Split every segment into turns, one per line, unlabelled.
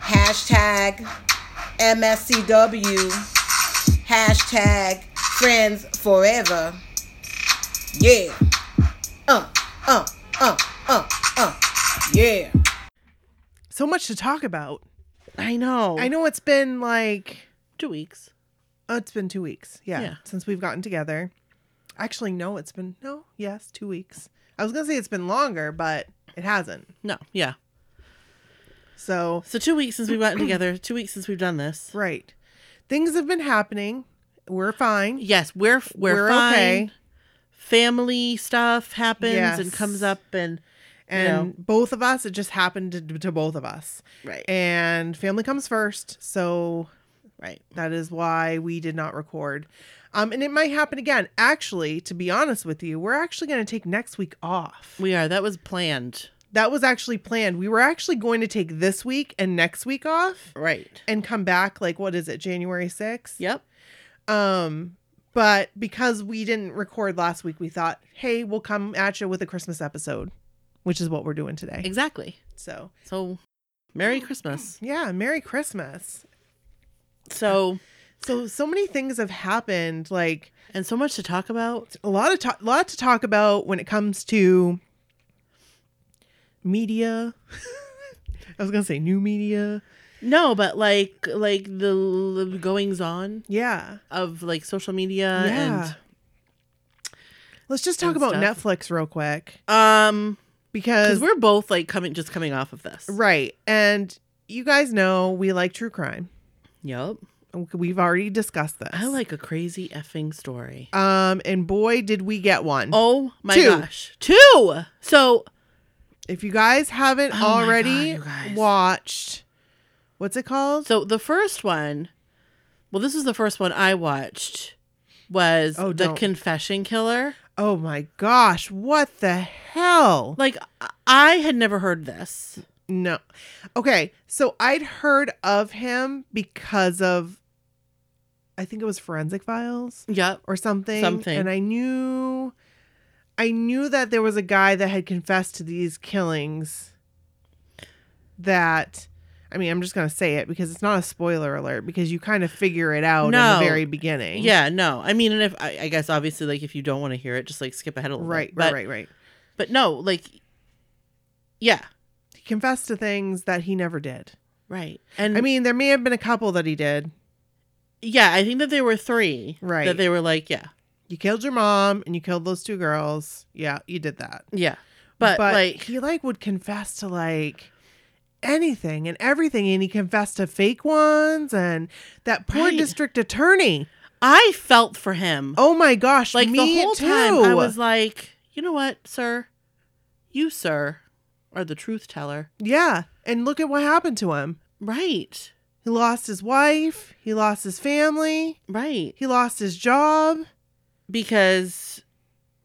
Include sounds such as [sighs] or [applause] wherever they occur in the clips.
Hashtag MSCW. Hashtag friends forever. Yeah. Uh, uh, uh, uh, uh. Yeah.
So much to talk about.
I know.
I know it's been like
Two weeks.
Oh, it's been two weeks. Yeah,
Yeah.
Since we've gotten together. Actually, no, it's been, no, yes, two weeks. I was going to say it's been longer, but it hasn't.
No. Yeah.
So,
So two weeks since we've [clears throat] gotten together. Two weeks since we've done this.
right. Things have been happening. We're fine.
Yes, we're we're,
We're
fine.
okay.
Family stuff happens and
Yes.
comes up and
And
know.
both of us, it just happened to, to both of us.
right,
And family comes first. So,
right.
That is why we did not record. Um, and it might happen again. Actually, to be honest with you, we're actually going to take next week off.
We are. That was planned.
That was actually planned. We were actually going to take this week and next week off
Right.
and come back like what is it, January 6th?
Yep.
Um, but because we didn't record last week, we thought, "Hey, we'll come at you with a Christmas episode," which is what we're doing today.
Exactly.
So,
So, Merry Christmas.
yeah, Merry Christmas.
So,
So, so many things have happened like
and so much to talk about.
a lot of ta- lot to talk about when it comes to media. [laughs] I was gonna say new media.
No, but like like the l- goings on
Yeah,
of like social media
yeah. Let's just talk
and
about
stuff.
Netflix real quick
and um because
because
we're both like coming just coming off of this.
right, and you guys know we like true crime.
Yep.
We've already discussed this.
I like a crazy effing story.
Um, and boy, did we get one!
Oh my
Two.
gosh. Two. So
If you guys haven't
Oh my God,
already
you guys.
watched, what's it called?
so the first one well, this is the first one I watched was
Oh,
the
don't.
confession killer.
oh my gosh, what the hell?
Like I- I had never heard this.
No. Okay. So I'd heard of him because of, I think it was Forensic Files
Yep.
or something.
Something.
And I knew, I knew that there was a guy that had confessed to these killings that. I mean, I'm just going to say it because it's not a spoiler alert because you kind of figure it out in
No.
the very beginning.
Yeah, no. I mean, and if I, I guess obviously, like if you don't want to hear it, just like skip ahead a little.
Right,
bit.
right,
But,
right, right.
But no, like, yeah,
He confessed to things that he never did.
right. And
I mean, there may have been a couple that he did.
yeah, I think that there were three.
Right.
That they were like, yeah,
You killed your mom and you killed those two girls. Yeah, you did that.
yeah. But, like,
he like would confess to like anything and everything and he confessed to fake ones and that poor
Right.
district attorney.
I felt for him.
Oh my gosh,
like
me
the whole
too.
time, I was like, you know what, sir, you sir are the truth teller,
yeah, and look at what happened to him.
right?
He lost his wife, he lost his family,
Right.
he lost his job.
Because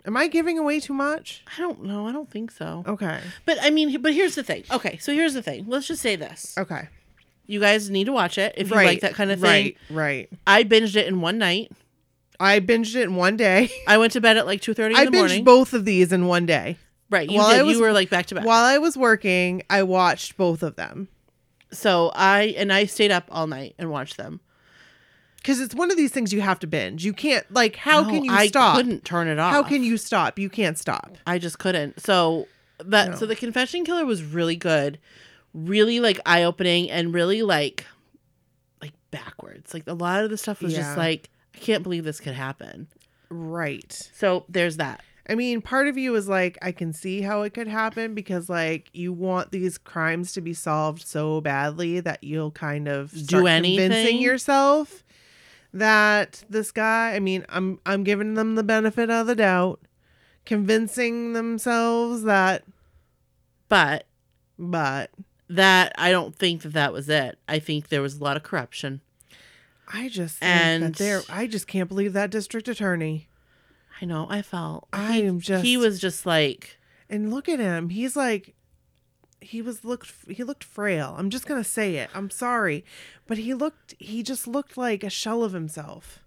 Am I giving away too much?
I don't know. I don't think so.
Okay.
But I mean, he- but here's the thing. Okay, so here's the thing. Let's just say this.
Okay.
You guys need to watch it if you like that kind of thing.
Right, right.
I binged it in one night.
I binged it in one day.
I went to bed at like two thirty in
[laughs] I
the
binged
morning.
both of these in one day.
right, you
while I
did.
was-
you were like back to back.
While I was working, I watched both of them
so I and I stayed up all night and watched them.
because it's one of these things you have to binge. You can't like how
No,
can you
I
stop?
couldn't turn it off.
How can you stop? You can't stop.
I just couldn't. So that
No.
so the confession killer was really good, really like eye opening and really like like backwards. Like a lot of the stuff was
Yeah.
just like I can't believe this could happen.
Right.
So there's that.
I mean, part of you is like, I can see how it could happen because like you want these crimes to be solved so badly that you'll kind of
Do
start convincing
anything?
yourself that this guy. I mean, I'm I'm giving them the benefit of the doubt, convincing themselves that,
But
but
that I don't think that that was it. I think there was a lot of corruption.
I just and
And-
that there I just can't believe that district attorney.
I know. I felt.
I
he-
am just-
He was just like.
And look at him. He's like he was looked he looked frail. I'm just going to say it. I'm sorry, but he looked he just looked like a shell of himself.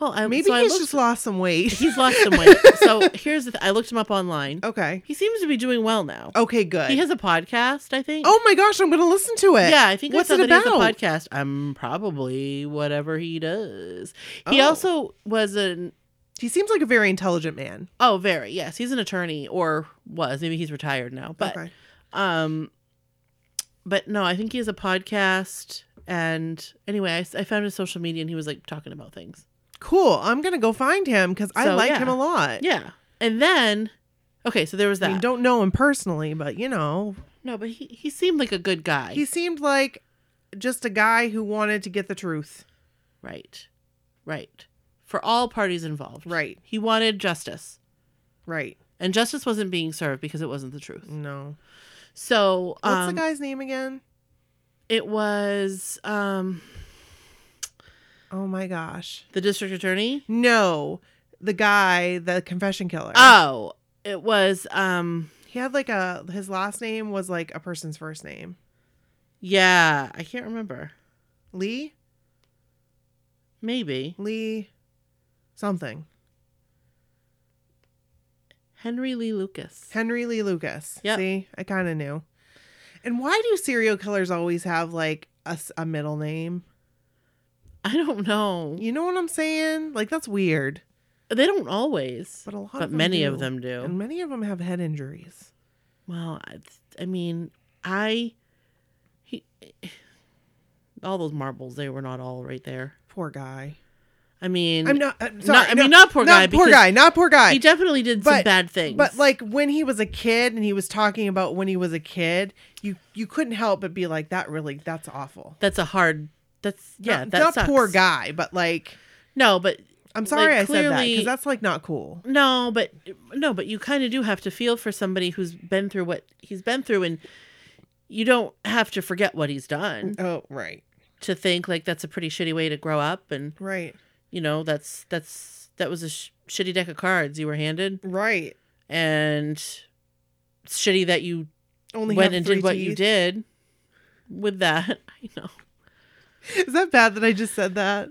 Well, I
Maybe
Um, so I
he's
looked-
just lost some weight.
[laughs] he's lost some weight. so here's the. Th- I looked him up online.
okay.
He seems to be doing well now.
Okay, Oh, good.
He has a podcast, I think.
oh my gosh, I'm going to listen to [laughs] it.
Yeah, I think
What's
I saw
it
that
about?
he has a podcast. I'm probably whatever he does. He
Oh.
also was an
He seems like a very intelligent man.
oh, very yes, he's an attorney or was maybe he's retired now, but
okay.
um, but no, I think he has a podcast. And anyway, I, s- I found his social media, and he was like talking about things.
Cool. I'm going to go find him cuz I
So,
like
yeah.
him a lot.
Yeah, and then okay, so there was
I
that.
mean, don't know him personally, but you know,
no, but he he seemed like a good guy.
he seemed like just a guy who wanted to get the truth.
right, right, for all parties involved.
Right.
He wanted justice.
Right.
and justice wasn't being served because it wasn't the truth.
No.
So
What's
um,
the guy's name again?
it was um,
Oh my gosh.
the district attorney.
No, the guy, the confession killer.
Oh, it was um,
he had like a his last name was like a person's first name.
yeah, I can't remember.
Lee?
Maybe
Lee something.
Henry Lee Lucas.
Henry Lee Lucas.
Yep.
See? I kind of knew. And why do serial killers always have like a, s- a middle name?
I don't know.
You know what I'm saying? Like that's weird.
They don't always,
But a lot
but
of them
many of
do.
them do.
And many of them have head injuries.
Well, I, I mean, I he all those marbles they were not all right there.
Poor guy.
I mean,
I'm not. i
not- I mean, not poor guy,
Not poor
because
guy. Not poor guy.
he definitely did some
But-
bad things.
But like when he was a kid and he was talking about when he was a kid, you you couldn't help but be like, that really that's awful.
that's a hard. That's yeah.
not,
that
not
sucks.
poor guy, but like
No, but
I'm sorry
Like,
I said that because
clearly-
that's like not cool.
no, but no, but you kind of do have to feel for somebody who's been through what he's been through, and you don't have to forget what he's done
Oh right,
to think like that's a pretty shitty way to grow up, and
right,
you know that's that's that was a sh- shitty deck of cards you were handed,
right.
and it's shitty that you
Only
went
have
and
three
did what you
teeth.
did with that. [laughs] I know.
Is that bad that I just said that?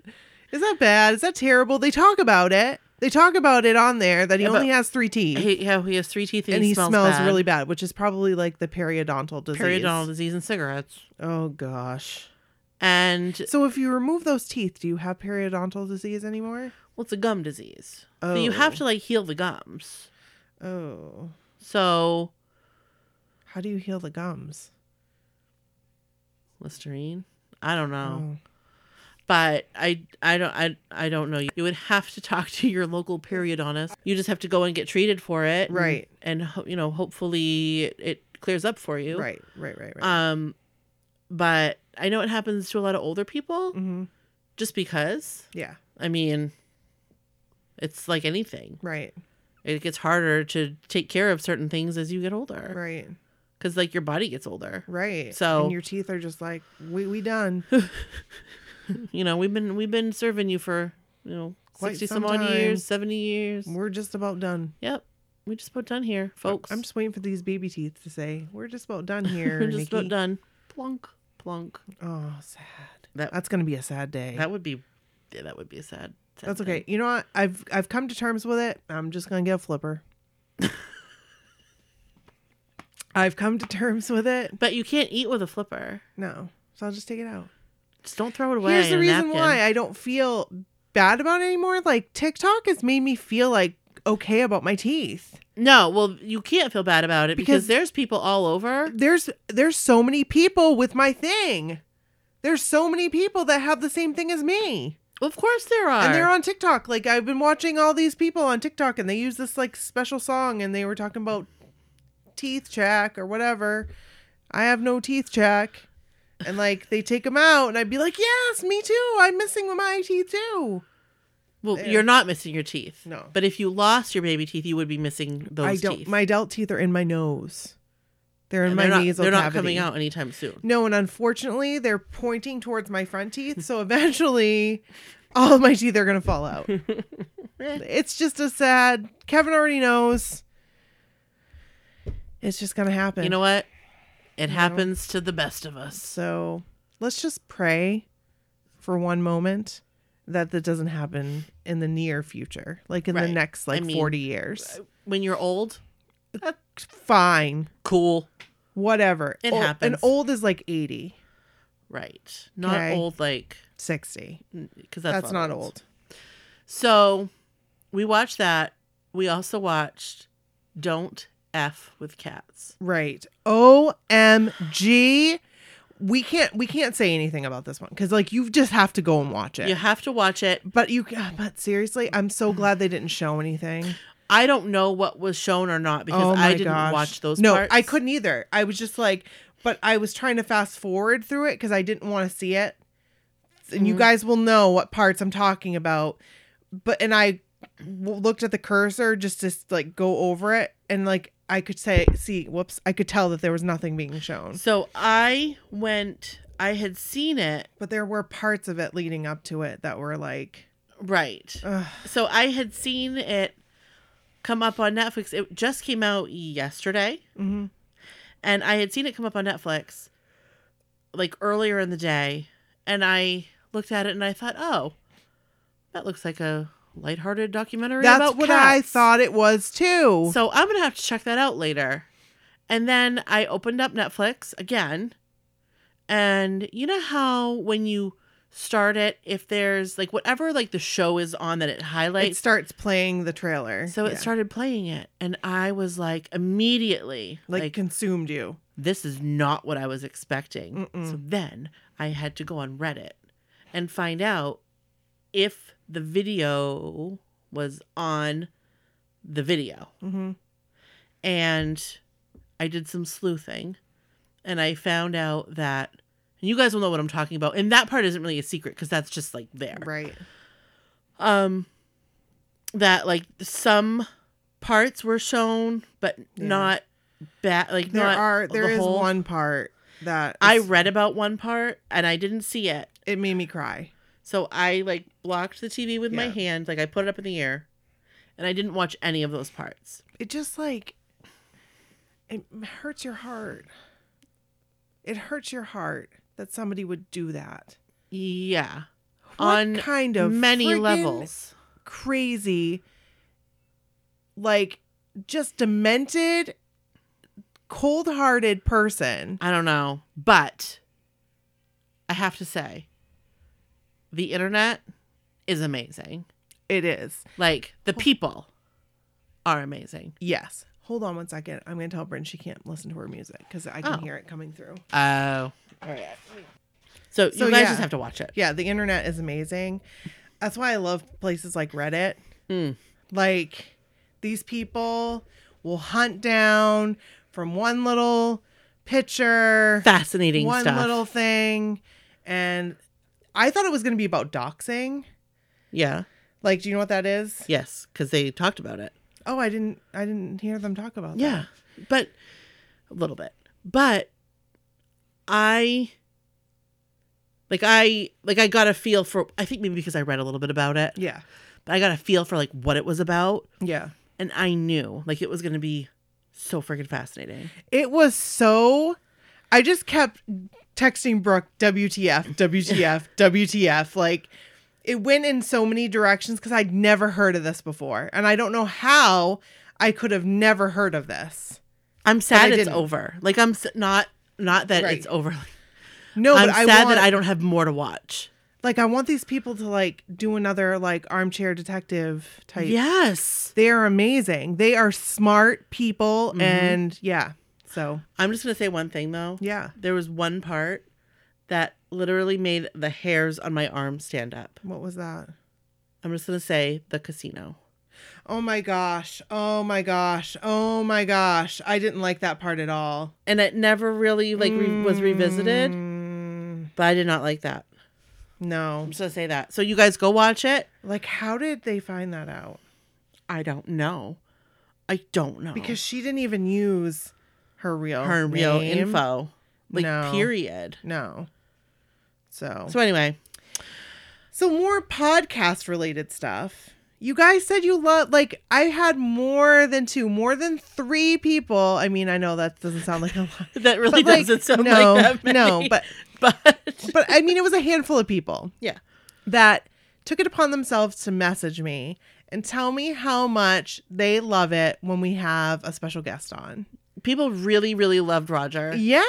Is that bad? Is that terrible? They talk about it. They talk about it on there that he
Yeah, but-
only has three teeth
He, how he has three teeth and,
and he smells,
bad.
really bad, which is probably like the periodontal disease.
periodontal disease and cigarettes.
Oh gosh.
And
So if you remove those teeth, do you have periodontal disease anymore?
Well, it's a gum disease. So you have
Oh.
to like heal the gums.
Oh.
So
How do you heal the gums?
Listerine. I don't know,
Mm. Oh,
but I I don't I I don't know. You would have to talk to your local periodontist. You just have to go and get treated for it, and-
Right.
And, ho- you know, hopefully it, it clears up for you,
Right, right, right, right.
Um, but I know it happens to a lot of older people,
hmm
just because.
Yeah,
I mean, it's like anything.
right,
It gets harder to take care of certain things as you get older.
right,
because like your body gets older
right.
er, So-
and your teeth are just like we we
[laughs]
done.
you know we've been we've been serving you for you know
Quite
60
some
some odd
time.
years 70 years
We're just about done,
yep we just about done here folks
I'm just waiting for these baby teeth to say we're just about done here.
[laughs] we're just about
Nikki."
done plonk plonk
Oh, sad.
That-
That's gonna be a sad day.
that would be yeah, that would be a sad, sad
That's
thing.
okay. You know what? I've I've come to terms with it. I'm just gonna get a
[laughs]
flipper. I've come to terms with it.
but you can't eat with a flipper
No, so I'll just take it out.
just don't throw it away
Here's
in
the
a
reason
napkin.
why I don't feel bad about it anymore. Like TikTok has made me feel like okay about my teeth.
no well you can't feel bad about it because,
Because-
there's people all over
There's there's so many people with my thing. There's so many people that have the same thing as me.
of course there are
And they're on TikTok. Like I've been watching all these people on TikTok and they use this like special song and they were talking about teeth check or whatever. I have no teeth check. And like they take them out and I'd be like, "Yes, me too. I'm missing my teeth too."
well
there.
you're not missing your teeth
No.
but if you lost your baby teeth you would be missing those
I don't.
teeth
My adult teeth are in my nose. They're in
And
my
they're not,
nasal
they're not
cavity.
coming out anytime soon.
No, and unfortunately, they're pointing towards my front teeth. So eventually, all of my teeth are going to fall
[laughs]
out. Eh. it's just a sad. Kevin already knows. It's just going to happen.
You know what? It happens to the best of us.
So let's just pray for one moment that that doesn't happen in the near future, like in the
Right.
next like
I mean, uh,
40 years.
When you're old,
[laughs] Fine.
cool.
Whatever.
It
Ol- And
happens.
old is like 80,
Right. Not
Okay.
old, like,
60.
because
That's,
that's,
not old.
So we watched that. We also watched Don't F with Cats.
Right. OMG. We can't we can't say anything about this one cuz like you just have to go and watch it.
You have to watch it.
But you but seriously, I'm so glad they didn't show anything.
I don't know what was shown or not because I didn't watch those
Oh No,
parts.
I couldn't either. I was just like but I was trying to fast forward through it cuz I didn't want to see it. And you
Mhm.
guys will know what parts I'm talking about. But and I w- looked at the cursor just to s- like go over it and like I could say see whoops, I could tell that there was nothing being shown.
So I went, I had seen it.
but there were parts of it leading up to it that were like
Right.
ugh,
So I had seen it come up on Netflix. It just came out yesterday.
mhm.
and I had seen it come up on Netflix like earlier in the day, and I looked at it and I thought, oh, that looks like a lighthearted documentary
that's
about
what i
cats.
thought it was too
So I'm gonna have to check that out later. And then I opened up Netflix again, and you know how when you start it, if there's like whatever like the show is on that it
it
highlights,
starts playing the trailer
so it
Yeah.
started playing it, and I was like immediately
like, consumed you
this is not what I was expecting.
Mm-mm.
So then I had to go on Reddit and find out if the video was on the video.
hmm
And I did some sleuthing and I found out that, and you guys will know what I'm talking about. And that part isn't really a secret because that's just like there
right
um that like some parts were shown but
Yeah.
not bad like
there
not
are there
the
is
whole-
one part that
i
is-
read about one part and i didn't see it
it made me cry
so i like blocked the tv with my
Yeah.
hand like i put it up in the air and i didn't watch any of those parts
it just like it hurts your heart it hurts your heart that somebody would do that
yeah
what
On
kind of
many
friggin'
levels
crazy, like just demented, cold hearted person.
i don't know but i have to say the internet is amazing
It is.
like the people are amazing
Yes. Hold on one second. I'm going to tell Bryn she can't listen to her music because I can
Oh.
hear it coming through.
Oh. All right. So,
So,
you guys
yeah.
just have to watch it.
Yeah, the internet is amazing. That's why I love places like Reddit.
Mm.
Like these people will hunt down from one little picture.
Fascinating
one
stuff.
little thing and i thought it was going to be about doxing
Yeah.
like do you know what that is
Yes, because they talked about it.
oh i didn't i didn't hear them talk about
Yeah, but a little bit. But I like I like I got a feel for. I think maybe because I read a little bit about it,
that yeah
but I got a feel for like what it was about,
yeah
and I knew like it was going to be so freaking fascinating.
it was so i just kept texting brooke wtf wtf
[laughs]
wtf like it went in so many directions because i'd never heard of this before and i don't know how i could have never heard of this
I'm sad
I
it's
didn't.
over. Like I'm s- not not that
Right.
it's over.
no
I'm
but i
sad
want,
that I don't have more to watch.
like i want these people to like do another like armchair detective type
Yes.
They are amazing. They are smart people,
Mhm.
and yeah. So
I'm just gonna say one thing though.
yeah,
There was one part that literally made the hairs on my arm stand up.
what was that?
I'm just gonna say the casino.
Oh my gosh! Oh my gosh! Oh my gosh! I didn't like that part at all.
And it never really like re- was revisited,
Mm,
but I did not like that.
No,
I'm just gonna say that. So you guys go watch it.
like how did they find that out?
I don't know. I don't know
Because she didn't even use her real
Oh. [laughs] her real
name.
info. Like
No.
period.
No. So
So anyway,
So more podcast related stuff. You guys said you love like I had more than two, more than three people. I mean, I know that doesn't sound like a lot.
that really
But, like,
doesn't sound
no,
like that. Many,
no, but-
[laughs] but
But I mean it was a handful of people
yeah.
that took it upon themselves to message me and tell me how much they love it when we have a special guest on.
People really, really loved Roger.
Yes.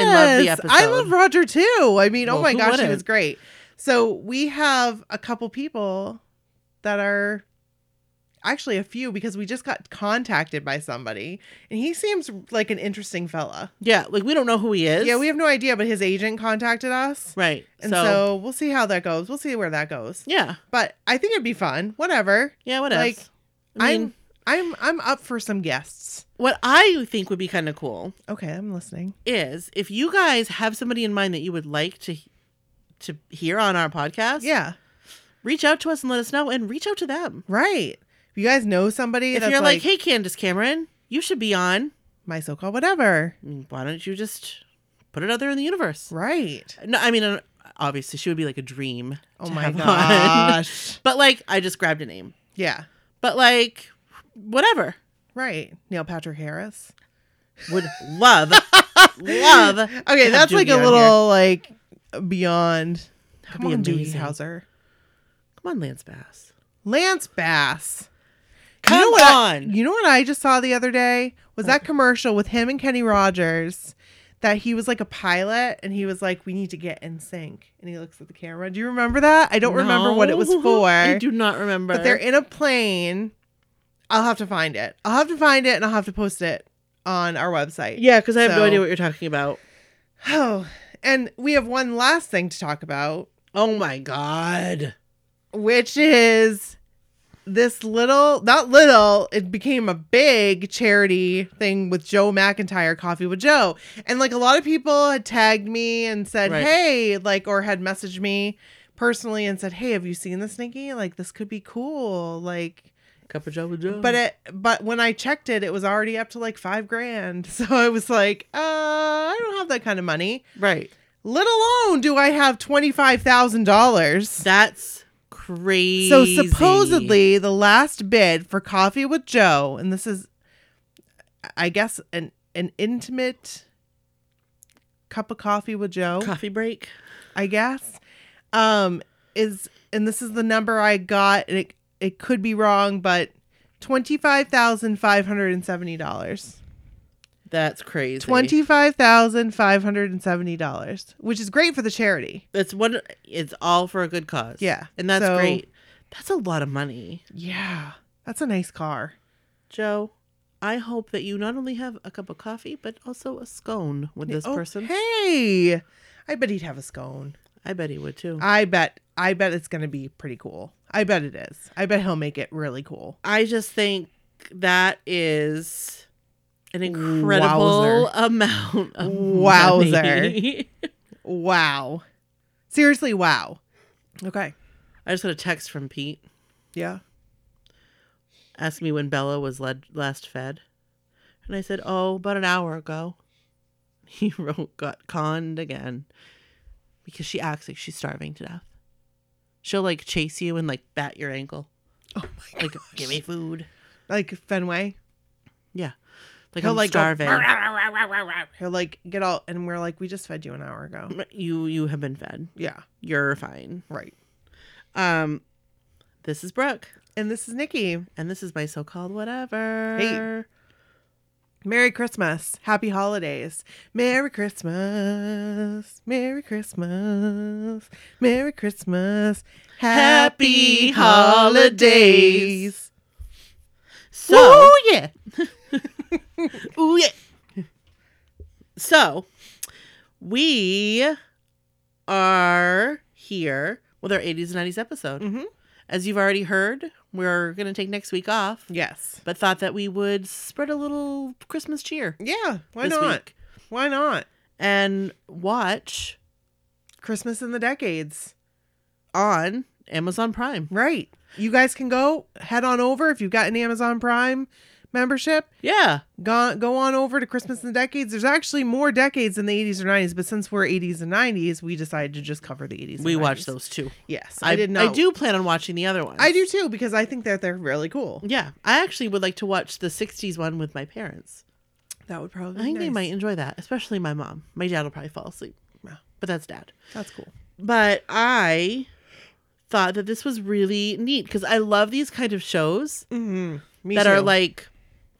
love the
I
episode.
love Roger too. I mean, oh
Well,
my
who
gosh, he
wouldn't?
was great. So we have a couple people that are actually a few because we just got contacted by somebody and he seems like an interesting fella.
Yeah, like we don't know who he is.
Yeah, we have no idea, but his agent contacted us.
right.
And so, we'll see how that goes. We'll see where that goes.
yeah,
But I think it'd be fun. Whatever.
yeah, what
Like,
else? I mean,
I'm I'm I'm up for some guests.
what I think would be kind of cool
Okay, I'm listening.
is if you guys have somebody in mind that you would like to to hear on our podcast.
Yeah.
reach out to us and let us know, and reach out to them.
Right. If you guys know somebody
If
that's
you're like, hey, Candace Cameron, you should be on.
my so-called whatever.
Why don't you just put it out there in the universe?
Right.
No, I mean, uh, obviously, she would be like a dream.
Oh
to
my
have
[laughs]
on.
gosh.
[laughs] But like, I just grabbed a name.
yeah.
But like, whatever.
Right. Neil Patrick Harris.
Would
[laughs]
love, love.
Okay, that's like a little like beyond.
That'd
Come
be
on, Doogie
amazing.
Howser.
Come on, Lance Bass.
Lance Bass.
Come
you know what I-
on.
you know what I just saw the other day was that commercial with him and Kenny Rogers. That he was like a pilot and he was like, We need to get in sync. And he looks at the camera. Do you remember that? I don't remember what it was
No, [laughs]
for.
I do not remember.
But they're in a plane. I'll have to find it. I'll have to find it and I'll have to post it on our website.
yeah, because I have
So-
no idea what you're talking about.
Oh, [sighs] and we have one last thing to talk about,
Oh my god.
which is this little, not little, it became a big charity thing with Joe McIntyre, Coffee with Joe. And like a lot of people had tagged me and said,
Right.
hey, like, or had messaged me personally and said, hey, have you seen this, Nikki? Like, this could be cool. Like,
Cup of Joe with Joe.
but it but when i checked it it was already up to like five grand [laughs] so i was like uh i don't have that kind of money
right.
let alone do i have $25000
That's crazy.
so supposedly the last bid for coffee with joe and this is i guess an an intimate cup of coffee with joe
coffee break.
I guess. Um, is and this is the number I got. and It it could be wrong, but twenty five thousand five hundred and seventy dollars.
That's crazy.
Twenty five thousand five hundred and seventy dollars, which is great for the charity.
That's what it's all for a good cause.
Yeah,
And that's
so-
great. That's a lot of money.
Yeah, that's a nice car.
Joe, I hope that you not only have a cup of coffee, but also a scone with this
Oh,
person.
Hey, I bet he'd have a scone.
I bet he would too. I,
I bet. I bet it's gonna be pretty cool. I bet it is. I bet he'll make it really cool.
just think that is an incredible amount of
Wowzer.
money. [laughs]
Wow. Seriously, wow. Okay.
I just got a text from Pete
Yeah.
asking me when Bella was led, last fed. And I said, Oh, about an hour ago. [laughs] He wrote, Got conned again because she acts like she's starving to death. She'll like chase you and like bat your ankle.
Oh my
Like, give me food.
like Fenway.
Yeah. Like,
He'll,
I'm
like, go,
starving.
He'll like get all, and we're like, we just fed you an hour ago.
You you have been fed.
Yeah,
You're fine.
right.
Um, this is Brooke,
And this is Nikki.
and this is my so-called whatever.
Merry Christmas. Happy holidays. Merry Christmas. Merry Christmas. Merry Christmas.
Happy holidays. So.
So, yeah.
[laughs] Ooh, yeah. so, we are here with our 80s and 90s episode.
Mhm.
As you've already heard, we're going to take next week off,
Yes.
but thought that we would spread a little Christmas cheer.
Yeah. Why
this
not?
Week
Why not?
and watch
Christmas in the decades.
on Amazon Prime.
Right. You guys can go head on over if you've got an Amazon Prime membership,
Yeah.
go, go on over to Christmas in the Decades. There's actually more decades in the 80s or 90s, but since we're 80s and 90s, we decided to just cover the 80s. and
We watched
90s.
those two.
Yes, I, did not.
I do plan on watching the other ones.
I do too because I think that they're really cool.
Yeah. I actually would like to watch the 60s one with my parents.
That would probably.
I think they might enjoy that, especially my mom. My dad will probably fall asleep. But that's dad.
That's cool.
but I thought that this was really neat because I love these kind of shows
Me
that are
too.
like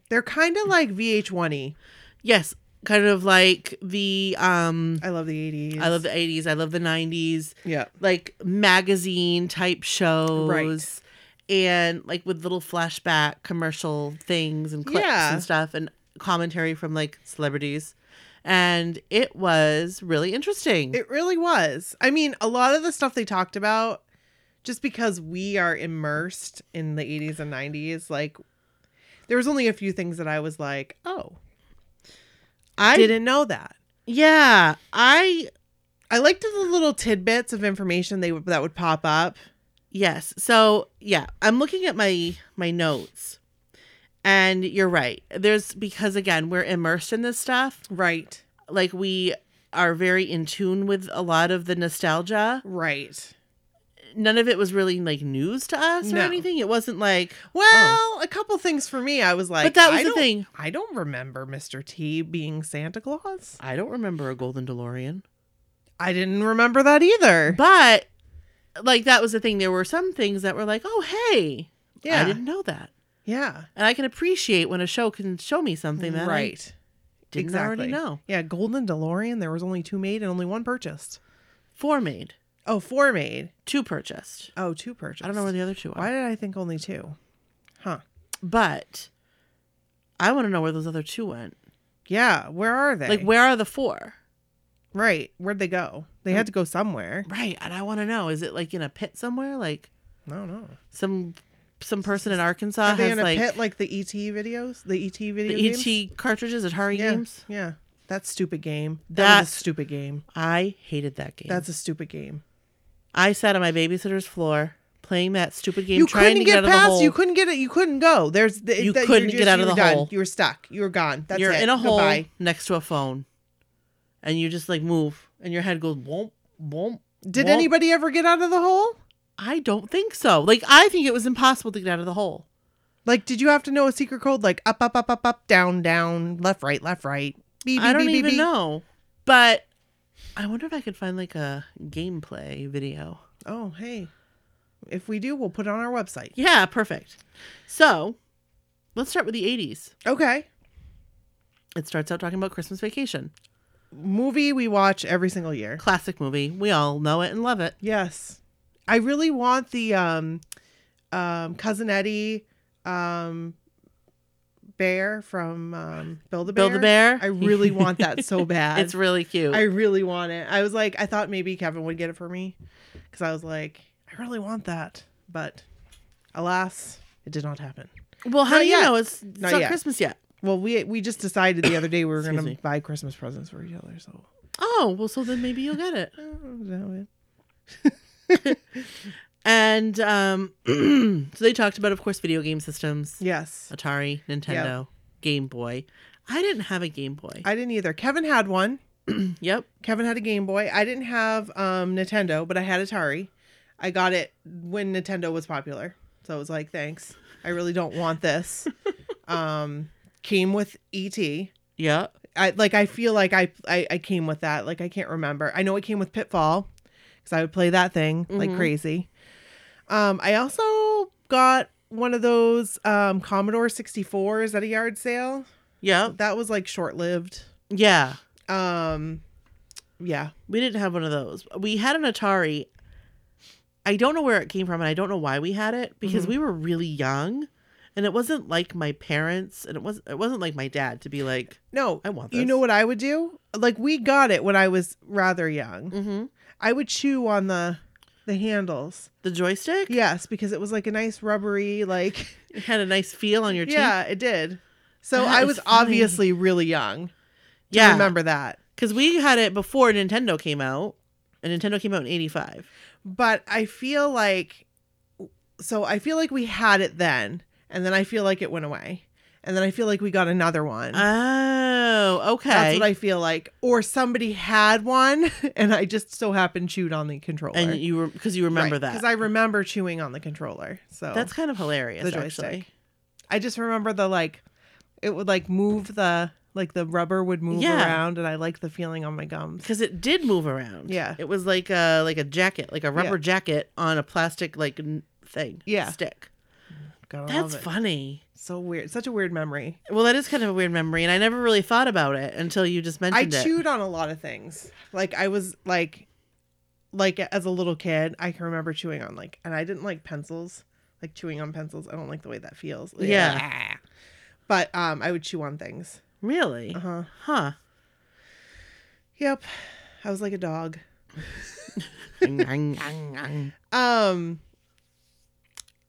they're kind of like VH1y.
yes, kind of like the um
I love the 80s.
I love the 80s, I love the 90s,
Yeah.
like magazine type shows.
Right.
And like with little flashback commercial things and clips
Yeah.
and stuff and commentary from like celebrities. And it was really interesting.
It really was. I mean, a lot of the stuff they talked about, just because we are immersed in the 80s and 90s, like there was only a few things that I was like, oh, I
I
didn't know that.
Yeah. I
I liked the little tidbits of information they would that would pop up.
Yes. So yeah, I'm looking at my my notes, and you're right. There's because again we're immersed in this stuff.
Right.
Like we are very in tune with a lot of the nostalgia.
Right.
None of it was really like news to us or
No.
anything. It wasn't like
Well, a couple things for me. I was like,
Oh. but that was
I
the
don't-
thing.
I don't remember Mr. T being Santa Claus.
I don't remember a golden DeLorean,
I didn't remember that either.
but like that was the thing. There were some things that were like, oh hey,
yeah.
I didn't know that,
yeah.
and I can appreciate when a show can show me something that right.
Right.
I didn't already know.
Yeah, Golden DeLorean, there was only two made and only one purchased.
Four made,
Oh, four made.
two purchased.
Oh, two purchased.
I don't know where the other two are.
Why did I think only two? Huh.
But I want to know where those other two went.
Yeah, where are they?
Like, where are the four?
Right. Where'd they go? They had to go somewhere.
Right. And I want to know is it like in a pit somewhere? Like,
I don't know.
some some person in Arkansas
Are they
has
in a
like
pit like the ET videos? The ET video
the
games?
ET cartridges at Atari
yeah.
games?
Yeah. That stupid game. That, was
That-
a stupid game.
I hated that game.
That's a stupid game.
I sat on my babysitter's floor playing that stupid game,
you
trying
couldn't
to
get,
get, out of the
past.
hole.
You couldn't get it. You couldn't go. There's the,
You
that
couldn't
just-
get out
you
of
were
the
done.
hole.
You were stuck. You were gone. That's
You're
it.
in a hole
Goodbye.
next to a phone, and you just like move, and your head goes womp womp.
Did
womp.
anybody ever get out of the hole?
I don't think so. Like, I think it was impossible to get out of the hole.
Like, did you have to know a secret code? Like up, up, up, up, up, down, down, left, right, left, right. Beep,
I
beep,
don't
beep, beep,
even
beep.
know. But I wonder if I could find like a gameplay video.
Oh, hey. If we do, we'll put it on our website.
Yeah, perfect. So let's start with the 80s.
Okay.
It starts out talking about Christmas vacation.
Movie we watch every single year.
Classic movie. We all know it and love it.
Yes. I really want the um um cousin Eddie um bear from um Build a Bear.
Build a Bear.
I
[laughs]
really want that so bad.
It's really cute.
I really want it. I was like, I thought maybe Kevin would get it for me because I was like, I really want that. But alas, it did not happen.
well, how
Not
do you
yet.
know it's, it's
Not
not,
yet.
Christmas yet?
Well, we we just decided the other day we were going
Excuse
to
me.
buy Christmas presents for each other. So
Oh, well, so then maybe you'll get it.
uh, is that it?
And um, [clears throat] so they talked about, of course, video game systems
yes,
Atari, Nintendo, Game Boy. I didn't have a Game Boy.
I didn't either. Kevin had one.
yep.
Kevin had a Game Boy. I didn't have um, Nintendo, but I had Atari. I got it when Nintendo was popular. So I was like, thanks. I really don't want this. um, came with ET.
Yep.
I like I feel like I, I I came with that. Like I can't remember. I know it came with Pitfall because I would play that thing like
Mhm.
crazy. Um, I also got one of those um Commodore 64s at a yard sale.
Yep.
That was like short lived.
Yeah.
Um, yeah,
We didn't have one of those. We had an Atari. I don't know where it came from and I don't know why we had it because
Mhm.
we were really young and it wasn't like my parents and it was it wasn't like my dad to be like,
no.
I want this.
You know what I would do? Like we got it when I was rather young.
hmm
I would chew on the the handles.
The joystick?
Yes, because it was like a nice rubbery like.
It had a nice feel on [laughs] your teeth.
Yeah, it did. So
That
I
is
was
funny.
obviously really young. to
Yeah.
remember that.
Cuz we had it before Nintendo came out. And Nintendo came out in 85.
But I feel like, so I feel like we had it then, and then I feel like it went away, and then I feel like we got another one.
Oh, Uh, okay.
That's what I feel like. Or somebody had one, [laughs] and I just so happened chewed on the controller.
and you were because you remember
because
that.
I remember chewing on the controller. So
That's kind of hilarious.
the joystick.
actually.
I just remember the like, it would like move the like the rubber would move
Yeah.
around, and I like the feeling on my gums.
because it did move around.
Yeah.
it was like a like a jacket, like a rubber jacket on a plastic like n- thing.
Yeah.
stick.
God, I love
That's
it.
funny.
So weird. Such a weird memory.
Well, that is kind of a weird memory, and I never really thought about it until you just
I
mentioned it.
chewed on a lot of things. Like I was like, like as a little kid, I can remember chewing on like, and I didn't like pencils. Like chewing on pencils, I don't like the way that feels.
Yeah.
But um, I would chew on things.
Really?
Uh huh.
[laughs] Huh.
Yep. I was like a dog.
Ngang, ngang, ngang.
Um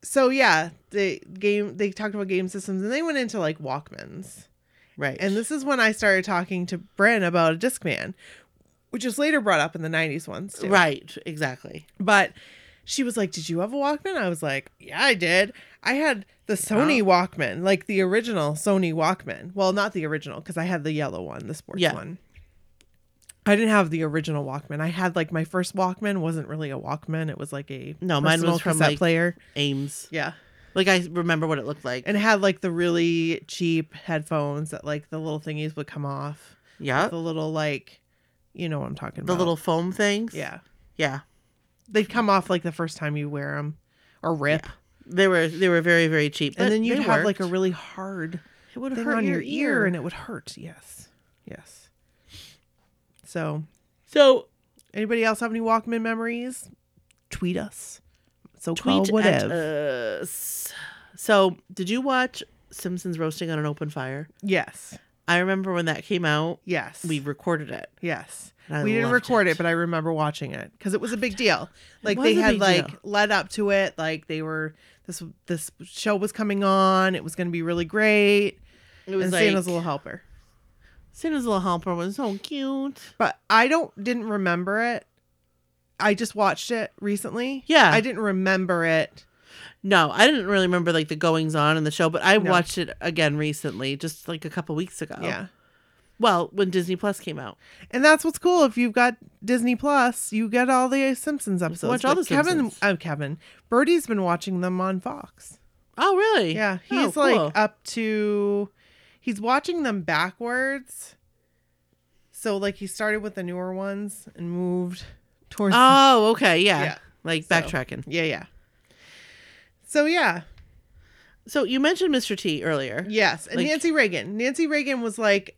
so yeah, the game they talked about game systems and they went into like Walkmans.
right.
And this is when I started talking to Bryn about a Discman, which was later brought up in the 90s ones too.
right. Exactly.
But she was like, "Did you have a Walkman?" I was like, "Yeah, I did. I had the Sony Walkman, like the original Sony Walkman. Well, not the original because I had the yellow one, the sports
Yeah.
one. I didn't have the original Walkman. I had like my first Walkman wasn't really a Walkman. It was like a
No, mine
personal
was from,
cassette
like-
player.
Ames.
Yeah,
Like I remember what it looked like.
and it had like the really cheap headphones that like the little thingies would come off.
yeah.
The little like, you know what I'm talking
The
about.
little foam things.
yeah,
Yeah.
they'd come off like the first time you wear them or rip.
They were they were very very cheap.
and
but
then you'd
they
have like a
worked.
really hard
it would
thing on your ear, and it would hurt. Yes, yes. So,
so
anybody else have any Walkman memories? Tweet us. So call
tweet at uh,
whatever.
us. So did you watch Simpsons roasting on an open fire?
yes,
I remember when that came out.
yes,
We recorded it.
yes.
and I
we didn't
loved
record it.
it.
but I remember watching it because it was a big deal. Like
was
they
a
had
big
like
deal.
led up to it. Like they were this this show was coming on. It was going to be really great.
It was
and
like
Santa's Little Helper.
Santa's little helper was so cute.
but I don't didn't remember it. I just watched it recently.
Yeah.
I didn't remember it.
No, I didn't really remember like the goings on in the show, but I
No.
watched it again recently, just like a couple weeks ago.
Yeah,
Well, when Disney Plus came out.
and that's what's cool. If you've got Disney Plus, you get all the Simpsons episodes.
watch all
But
the
Kevin,
Simpsons.
oh Kevin, Birdie's been watching them on Fox.
Oh, really?
Yeah,
Oh,
he's like
cool.
up to, he's watching them backwards. So like he started with the newer ones and moved towards.
Oh, okay. Yeah.
Yeah.
Like
So-
backtracking.
yeah, yeah. So yeah,
So you mentioned Mr. T earlier.
Yes, and
Like-
Nancy Reagan. Nancy Reagan was like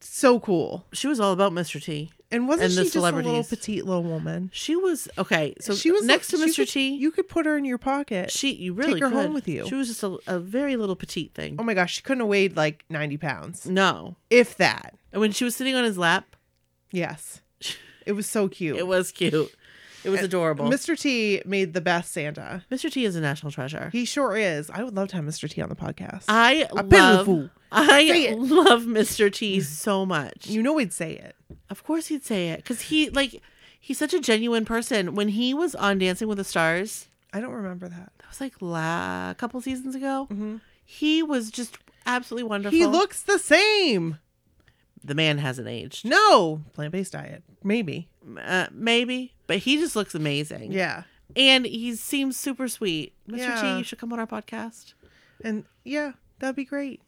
so cool,
She was all about Mr. T.
and wasn't
And the
she just a little
celebrities.
petite little woman?
She was okay. So
she was
next to
she
Mr.
could-
T.
You could put her in your pocket.
she you really
her home
could.
with you.
She was just a, a very little petite thing.
oh my gosh, she couldn't have weighed like ninety pounds,
No,
if that.
and when she was sitting on his lap, [laughs]
Yes, it was so cute.
it was cute. It was
[laughs] And
adorable.
Mr. T made the best Santa.
Mr. T is a national treasure.
He sure is. I would love to have Mr. T on the podcast.
I
A
love.
pitiful. Say
I
it.
love Mr. T so much.
you know, he'd say it.
Of course he'd say it because he like he's such a genuine person. When he was on Dancing with the Stars,
I don't remember that.
that was like la- a couple seasons ago.
Mhm.
He was just absolutely wonderful.
He looks the same.
the man hasn't aged.
No plant based diet, maybe.
Uh, maybe, but he just looks amazing.
Yeah,
and he seems super sweet. Mr.
Yeah.
T, you should come on our podcast.
and yeah, that'd be great.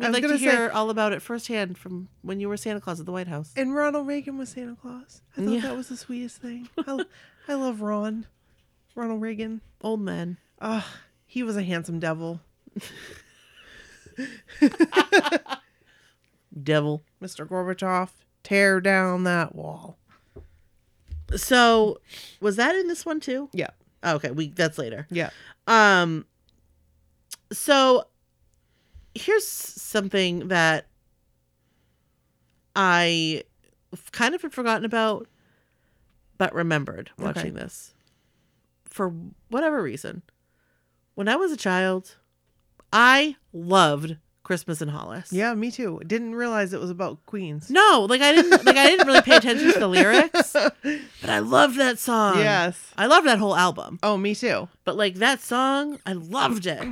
I
I'd
was
like to
gonna say-
hear all about it firsthand from when you were Santa Claus at the White House.
And Ronald Reagan was Santa Claus. I thought
Yeah.
that was the sweetest thing. I, I love Ron. Ronald Reagan.
Old men.
Ugh, he was a handsome devil.
Devil.
Mr. Gorbachev, tear down that wall.
So, was that in this one too?
Yeah.
Oh, okay, we that's later.
Yeah.
Um so here's something that I f- kind of had forgotten about but remembered watching this. For whatever reason, when I was a child, I loved Christmas in Hollis.
Yeah, me too. Didn't realize it was about Queens.
No, like I didn't like I didn't really pay attention to
[laughs]
the lyrics, but I loved that song.
yes.
I loved that whole album.
Oh, me too. [clears throat]
But like that song, I loved it.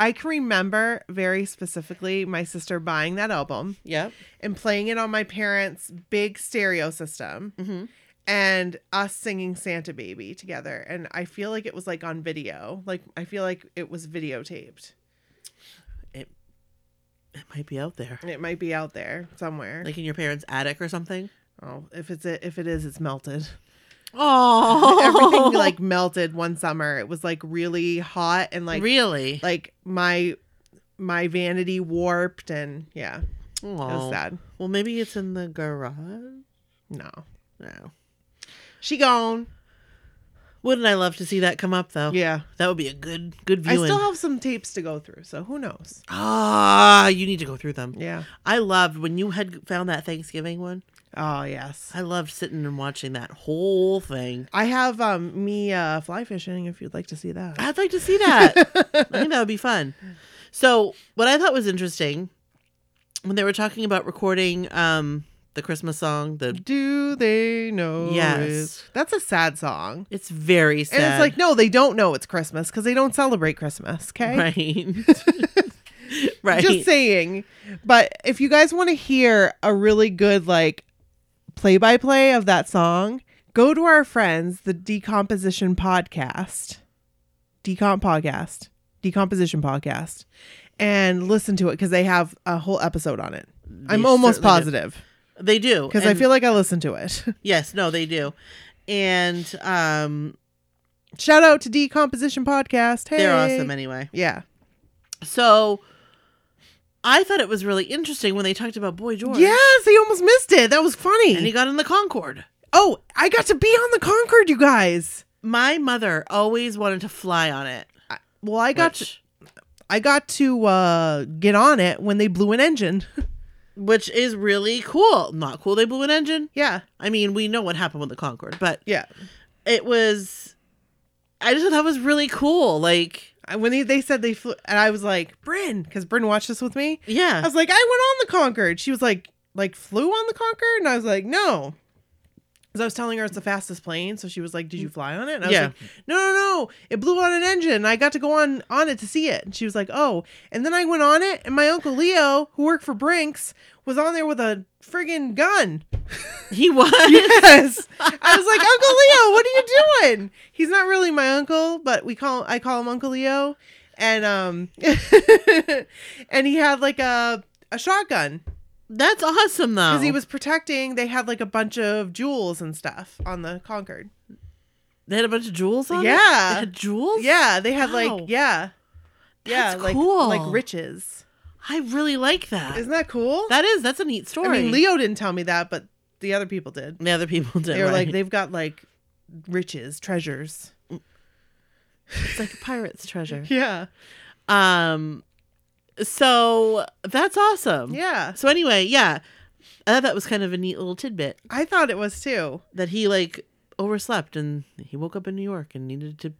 I can remember very specifically my sister buying that album
Yep.
and playing it on my parents' big stereo system
Mm-hmm.
and us singing Santa Baby together. And I feel like it was like on video. Like I feel like it was videotaped.
It might be out there,
And It might be out there somewhere.
like in your parents' attic or something.
oh, if it's a, if it is, it's melted.
[laughs] Oh,
Everything [laughs] like melted one summer. It was like really hot and like
really?
like my my vanity warped and yeah, it
Oh.
was sad.
Well, maybe it's in the garage.
No.
No.
She gone.
Wouldn't I love to see that come up though?
Yeah.
That would be a good good
I
viewing.
still have some tapes to go through, so who knows?
Ah, you need to go through them.
Yeah.
I loved when you had found that Thanksgiving one.
Oh yes.
I loved sitting and watching that whole thing.
I have um me uh fly fishing if you'd like to see
[laughs]
that.
I'd like to see
[laughs]
that. I think that would be fun. So, what I thought was interesting when they were talking about recording um the Christmas song, the
Do they know?
Yes.
it? That's a sad song.
it's very sad.
And it's
[laughs]
like, no, they don't know it's Christmas because they don't celebrate Christmas, okay?
right,
[laughs]
right.
Just saying. But if you guys want to hear a really good like play by play of that song, go to our friends, the Decomposition Podcast. Decomp Podcast. Decomposition Podcast. And listen to it because they have a whole episode on it. I'm
They
almost
certainly do.
positive
they do
because I
and-
feel like I listened to it. [laughs]
yes, no, they do, and um,
Shout out to Decomposition Podcast. Hey.
they're awesome anyway.
Yeah.
So, I thought it was really interesting when they talked about Boy George.
Yes, he almost missed it. That was funny.
and he got in the Concorde.
oh, I got to be on the Concord, you guys.
My mother always wanted to fly on it.
Well, I got to,
which-
I got to uh, get on it when they blew an engine. [laughs]
which is really cool. Not cool they blew an engine.
yeah,
I mean, we know what happened with the Concorde, but
yeah.
it was I just thought that was really cool. Like,
I- When they, they said they flew, and I was like, Bryn, because Bryn watched this with me. I
yeah.
was like, I went on the Concord. She was like, like flew on the Concord, and I was like, no. Because I was telling her it's the fastest plane, so she was like, "Did you fly on it?" And I was
Yeah.
like, "No, no, no! It blew on an engine. and I got to go on on it to see it." And she was like, "Oh!" And then I went on it, and my uncle Leo, who worked for Brinks, was on there with a friggin' gun. [laughs]
He was
yes. I was like, Uncle Leo, what are you doing? He's not really my uncle, but we call I call him Uncle Leo. And um [laughs] and he had like a a shotgun
[laughs] That's awesome though.
because he was protecting. They had like a bunch of jewels and stuff on the Concord.
they had a bunch of jewels on it.
Yeah.
They had jewels?
Yeah, they had
Oh, Wow.
like yeah, yeah,
That's
like
cool.
like riches.
I really like that.
Isn't that cool?
that is that's a neat story.
I mean, Leo didn't tell me that, but the other people did.
the other people did.
They were
right?
like, they've got like riches,
[laughs]
treasures.
it's like a pirate's treasure.
Yeah,
[laughs] Um so that's awesome.
yeah.
So anyway, yeah. I thought that was kind of a neat little tidbit.
I thought it was too.
that he like overslept and he woke up in New York and needed to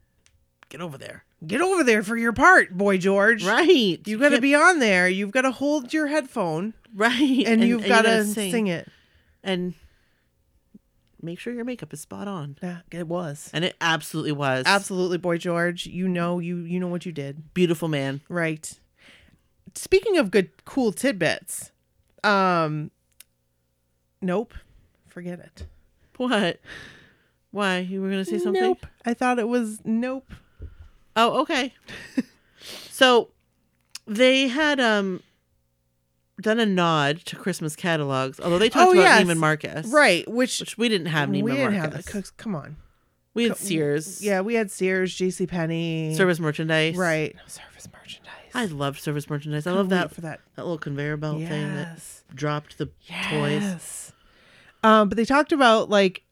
get over there.
Get over there for your part, boy George.
Right.
You got to
can't-
be on there. You've got to hold your headphone
right
and, you've got
you
to
gotta
sing. it.
and make sure your makeup is spot on.
Yeah, it was.
And it absolutely was.
Absolutely, boy George. You know you you know what you did.
Beautiful man.
Right. Speaking of good cool tidbits. Um Nope. Forget it.
What? Why? You were going to say something?
Nope. I thought it was nope.
Oh, okay.
[laughs]
so they had um done a nod to Christmas catalogs, although they talked
Oh,
about
yes.
Neiman Marcus.
Right, which,
Which we didn't have
we
Neiman
didn't
Marcus.
have the cooks. Come on.
We had Sears.
Yeah, we had Sears, JC Penney.
Service merchandise.
Right. Service merchandise.
I loved service merchandise. I
Couldn't
love
wait
that
for that
that little conveyor belt thing that
yes.
dropped the toys.
Yes. Um, but they talked about like,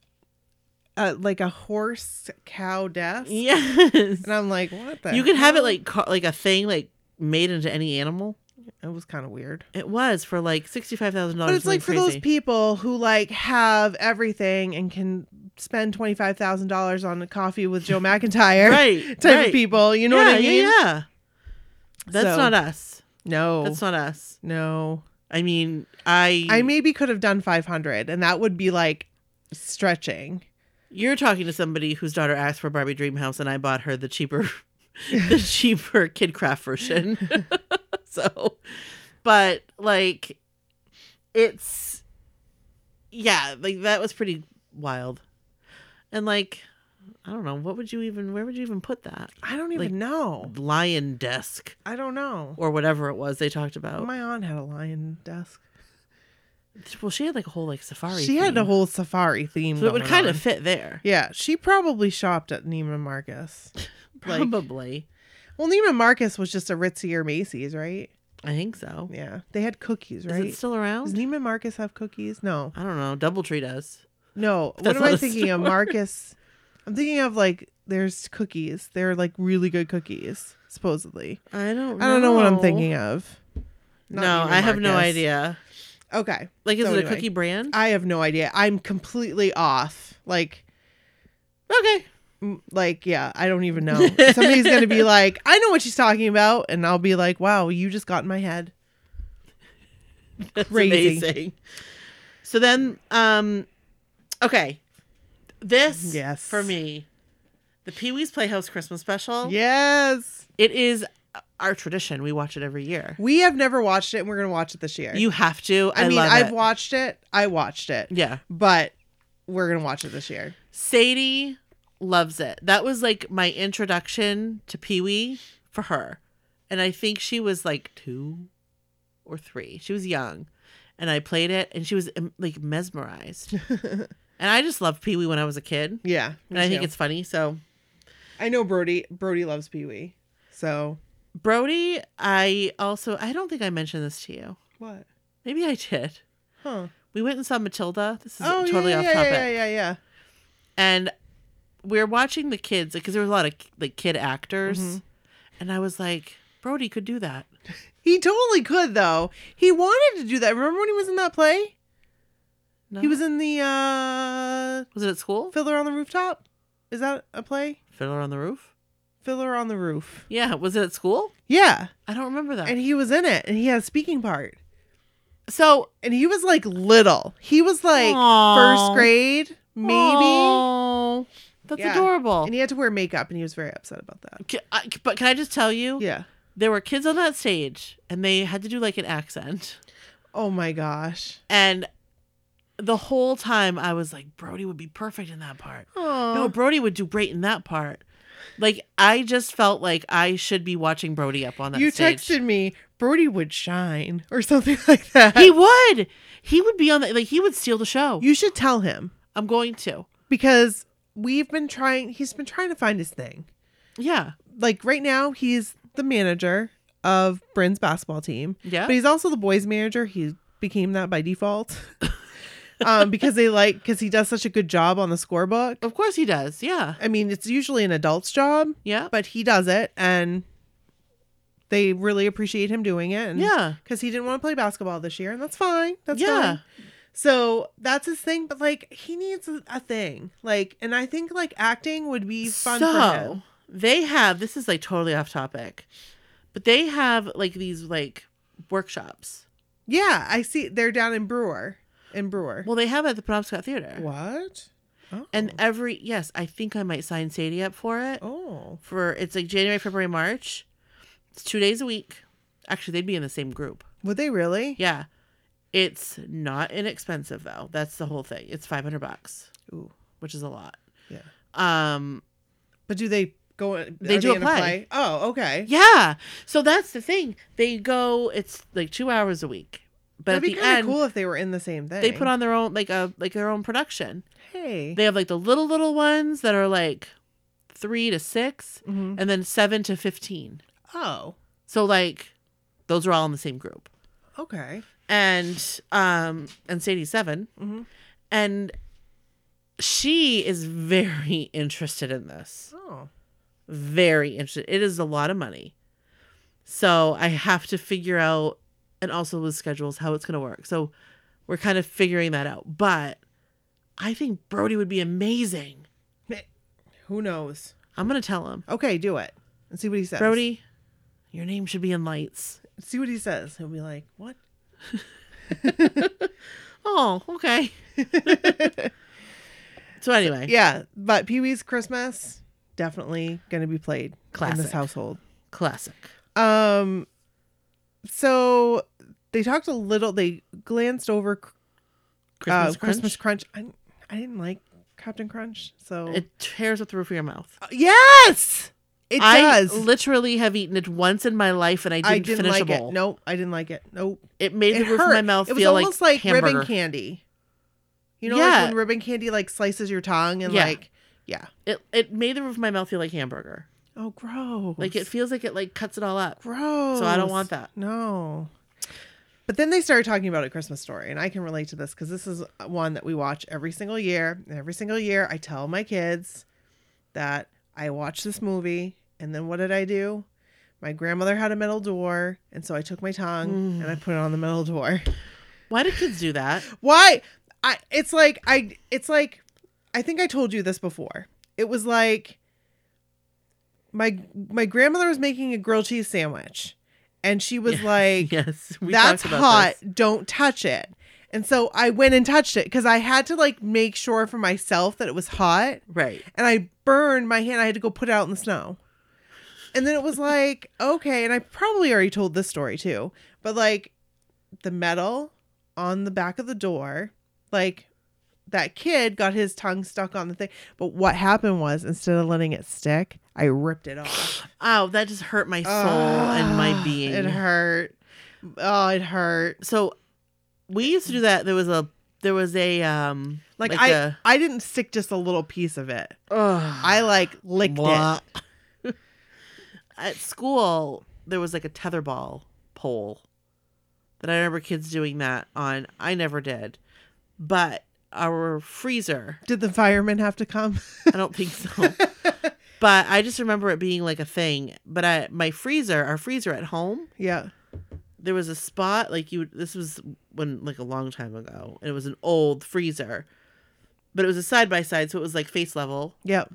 uh, like a horse cow desk,
Yes.
and I'm like, what? The
You could have it
hell?
like ca- like a thing like made into any animal.
it was kind of weird.
It was for like sixty five thousand dollars.
But it's like for those people who like have everything and can spend twenty five thousand dollars on a coffee with
[laughs]
Joe McIntyre,
right?
[laughs] Type
right.
of people, you know
yeah,
what I mean?
Yeah, yeah. That's
So-
not us.
No,
That's not us.
no.
I mean, I.
I maybe could have done five hundred, and that would be like stretching. [laughs]
you're talking to somebody whose daughter asked for Barbie Dream House, and I bought her the cheaper the cheaper KidCraft version. so, but like, it's yeah, like that was pretty wild, and like, I don't know, what would you even, where would you even put that
I don't even
Like-
know.
lion desk
I don't know.
or whatever it was they talked about?
My aunt had a lion desk.
well, she had like a whole like safari.
She had a
theme.
whole safari theme.
so it would
going
kind
on.
of fit there,
Yeah, she probably shopped at Neiman Marcus. Like,
probably.
well, Neiman Marcus was just a ritzier Macy's, right?
I think so.
Yeah, they had cookies, right?
Is it still
Does
around?
Neiman Marcus have cookies? No,
I don't know. Doubletree does.
no.
That's
what am
not
I
a
thinking of?
store.
Marcus. I'm thinking of like there's cookies. They're like really good cookies, supposedly.
I don't.
I don't know what I'm thinking of. Not
no,
Neiman
I have no
Marcus.
idea.
Okay,
Like, is
So
it a
anyway.
cookie brand?
I have no idea. I'm completely off. Like,
okay. [laughs]
m- like yeah, I don't even know. Somebody's gonna be like, I know what she's talking about, and I'll be like, wow, you just got in my head.
That's
Crazy.
amazing. So then, um, okay, this
Yes.
for me, the Pee Wee's Playhouse Christmas special.
Yes,
it is our tradition. We watch it every year.
we have never watched it, and we're gonna watch it this year.
You have to. I,
I, mean,
love
I've
it.
watched it. I watched it,
Yeah,
but we're gonna watch it this year.
Sadie loves it. That was like my introduction to Pee Wee for her. And I think she was like two or three. She was young. And I played it and she was um,
[laughs]
like mesmerized. and I just loved Pee Wee when I was a kid.
yeah,
And I think it's funny. So,
I know Brody. Brody loves Pee Wee. So
Brody, I also, I don't think I mentioned this to you.
what?
Maybe I did.
Huh?
We went and saw Matilda. This is
Oh,
totally
yeah,
off
yeah,
topic.
Yeah, yeah, yeah.
and we were watching the kids because there was a lot of like kid actors,
Mhm.
and I was like, Brody could do that.
He totally could though. He wanted to do that. Remember when he was in that play?
No.
He was in the uh
was it at school?
Fiddler on the Rooftop? Is that a play?
Fiddler on the Roof.
Fiddler on the Roof.
Yeah, was it at school?
Yeah.
I don't remember that.
And he was in it and he had a speaking part.
so
And he was like little. He was like
Aw.
first grade, maybe.
Aw, that's
Yeah.
adorable.
And he had to wear makeup and he was very upset about that.
Ca- I- but can I just tell you,
Yeah.
there were kids on that stage, and they had to do like an accent,
Oh my gosh.
and the whole time I was like, Brody would be perfect in that part.
Oh.
No, Brody would do great in that part. Like I just felt like I should be watching Brody up on that
you
stage.
texted me, Brody would shine or something [laughs] like that.
He would. He would be on that. Like he would steal the show.
you should tell him.
I'm going to.
because we've been trying he's been trying to find his thing
Yeah.
like right now he's the manager of Bryn's basketball team
Yeah.
but he's also the boys manager he became that by default [laughs] um because they like because he does such a good job on the scorebook
of course he does. Yeah.
I mean it's usually an adult's job
Yeah.
but he does it and they really appreciate him doing it and
yeah.
because he didn't want to play basketball this year and that's fine that's
yeah.
fine so that's his thing, but like he needs a, a thing. Like, and I think like acting would be fun for him.
So they have this is like totally off topic, but they have like these like workshops.
Yeah, I see. They're down in Brewer. In Brewer.
Well, they have at the Penobscot Theater.
what? Oh.
And every yes, I think I might sign Sadie up for it.
oh,
for it's like January, February, March. It's two days a week. Actually, they'd be in the same group.
would they really?
Yeah. It's not inexpensive though. That's the whole thing. It's 500 bucks,
Ooh.
which is a lot.
Yeah.
Um
But do they go? in-
They
are
do a
in
play.
Oh, okay.
yeah. So that's the thing. They go it's like 2 hours a week. But
That'd be
at the
kinda
end
cool if they were in the same thing.
they put on their own like a like their own production.
Hey.
They have like the little little ones that are like 3 to 6
Mhm.
and then 7 to 15.
Oh,
So like those are all in the same group.
okay.
and um and Sadie Seven,
Mhm.
and she is very [laughs] interested in this.
Oh,
Very interested. It is a lot of money, so I have to figure out, and also with schedules, how it's going to work. So we're kind of figuring that out. But I think Brody would be amazing.
who knows?
I'm going to tell him,
Okay, do it and see what he says.
Brody, your name should be in lights.
see what he says. He'll be like, "What?"
Oh,
[laughs]
okay. so anyway,
Yeah, but Pee Wee's Christmas definitely going to be played in
Classic.
this household.
Classic.
Um, so they talked a little. They glanced over
Christmas
uh,
crunch.
Christmas Crunch. I, I didn't like Captain Crunch, so Uh,
It tears up the roof of your mouth.
yes, it does.
I literally have eaten it once in my life, and I didn't,
I didn't
finish
like
a bowl.
it. Nope, I didn't like it. Nope,
it made
it
the roof
hurt.
of my mouth
it was
feel
almost like,
hamburger.
ribbon candy. You know,
Yeah.
like when ribbon candy like slices your tongue and
Yeah.
like yeah.
It it made the roof of my mouth feel like hamburger.
Oh, gross!
Like it feels like it like cuts it all up.
gross.
So I don't want that.
No. But then they started talking about a Christmas story, and I can relate to this because this is one that we watch every single year. And every single year, I tell my kids that I watched this movie, and then what did I do? My grandmother had a metal door, and so I took my tongue and
Mm.
I put it on the metal door.
Why do kids do that?
Why? I it's like I it's like I think I told you this before. It was like my my grandmother was making a grilled cheese sandwich, and she was
Yeah.
[laughs]
[laughs]
like,
Yes, we
that's
talked about
hot.
this.
Don't touch it. And so I went and touched it because I had to like make sure for myself that it was hot.
Right.
And I burned my hand. I had to go put it out in the snow. And then it was like, okay. And I probably already told this story too, but like the metal on the back of the door, like that kid got his tongue stuck on the thing. But what happened was instead of letting it stick, I ripped it off.
[gasps] Oh, that just hurt my soul and my
Ugh,
being.
Ah, It hurt. Oh, it hurt.
So we used to do that. There was a there was a um
Like,
like
I, I
a-
I didn't stick just a little piece of it. I like licked it.
Blah. [laughs] At school, there was like a tetherball pole that I remember kids doing that on. I never did, but our freezer,
Did the firemen have to come? [laughs]
I don't think so. but I just remember it being like a thing. But I, my freezer, our freezer at home,
yeah.
there was a spot like you. This was when like a long time ago, and it was an old freezer, but it was a side by side, so it was like face level,
Yep.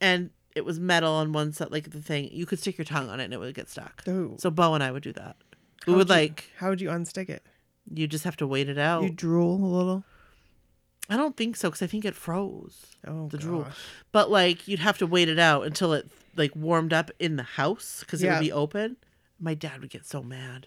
and it was metal on one side, like the thing you could stick your tongue on it and it would get stuck.
Ooh.
So Bo and I would do that.
Oh.
We
How'd
would
you-
like
How would you unstick it?
you just have to wait it out.
You drool a little.
I don't think so because I think it froze.
Oh,
The drool.
gosh.
But like you'd have to wait it out until it like warmed up in the house because it
Yeah.
would be open. My dad would get so mad.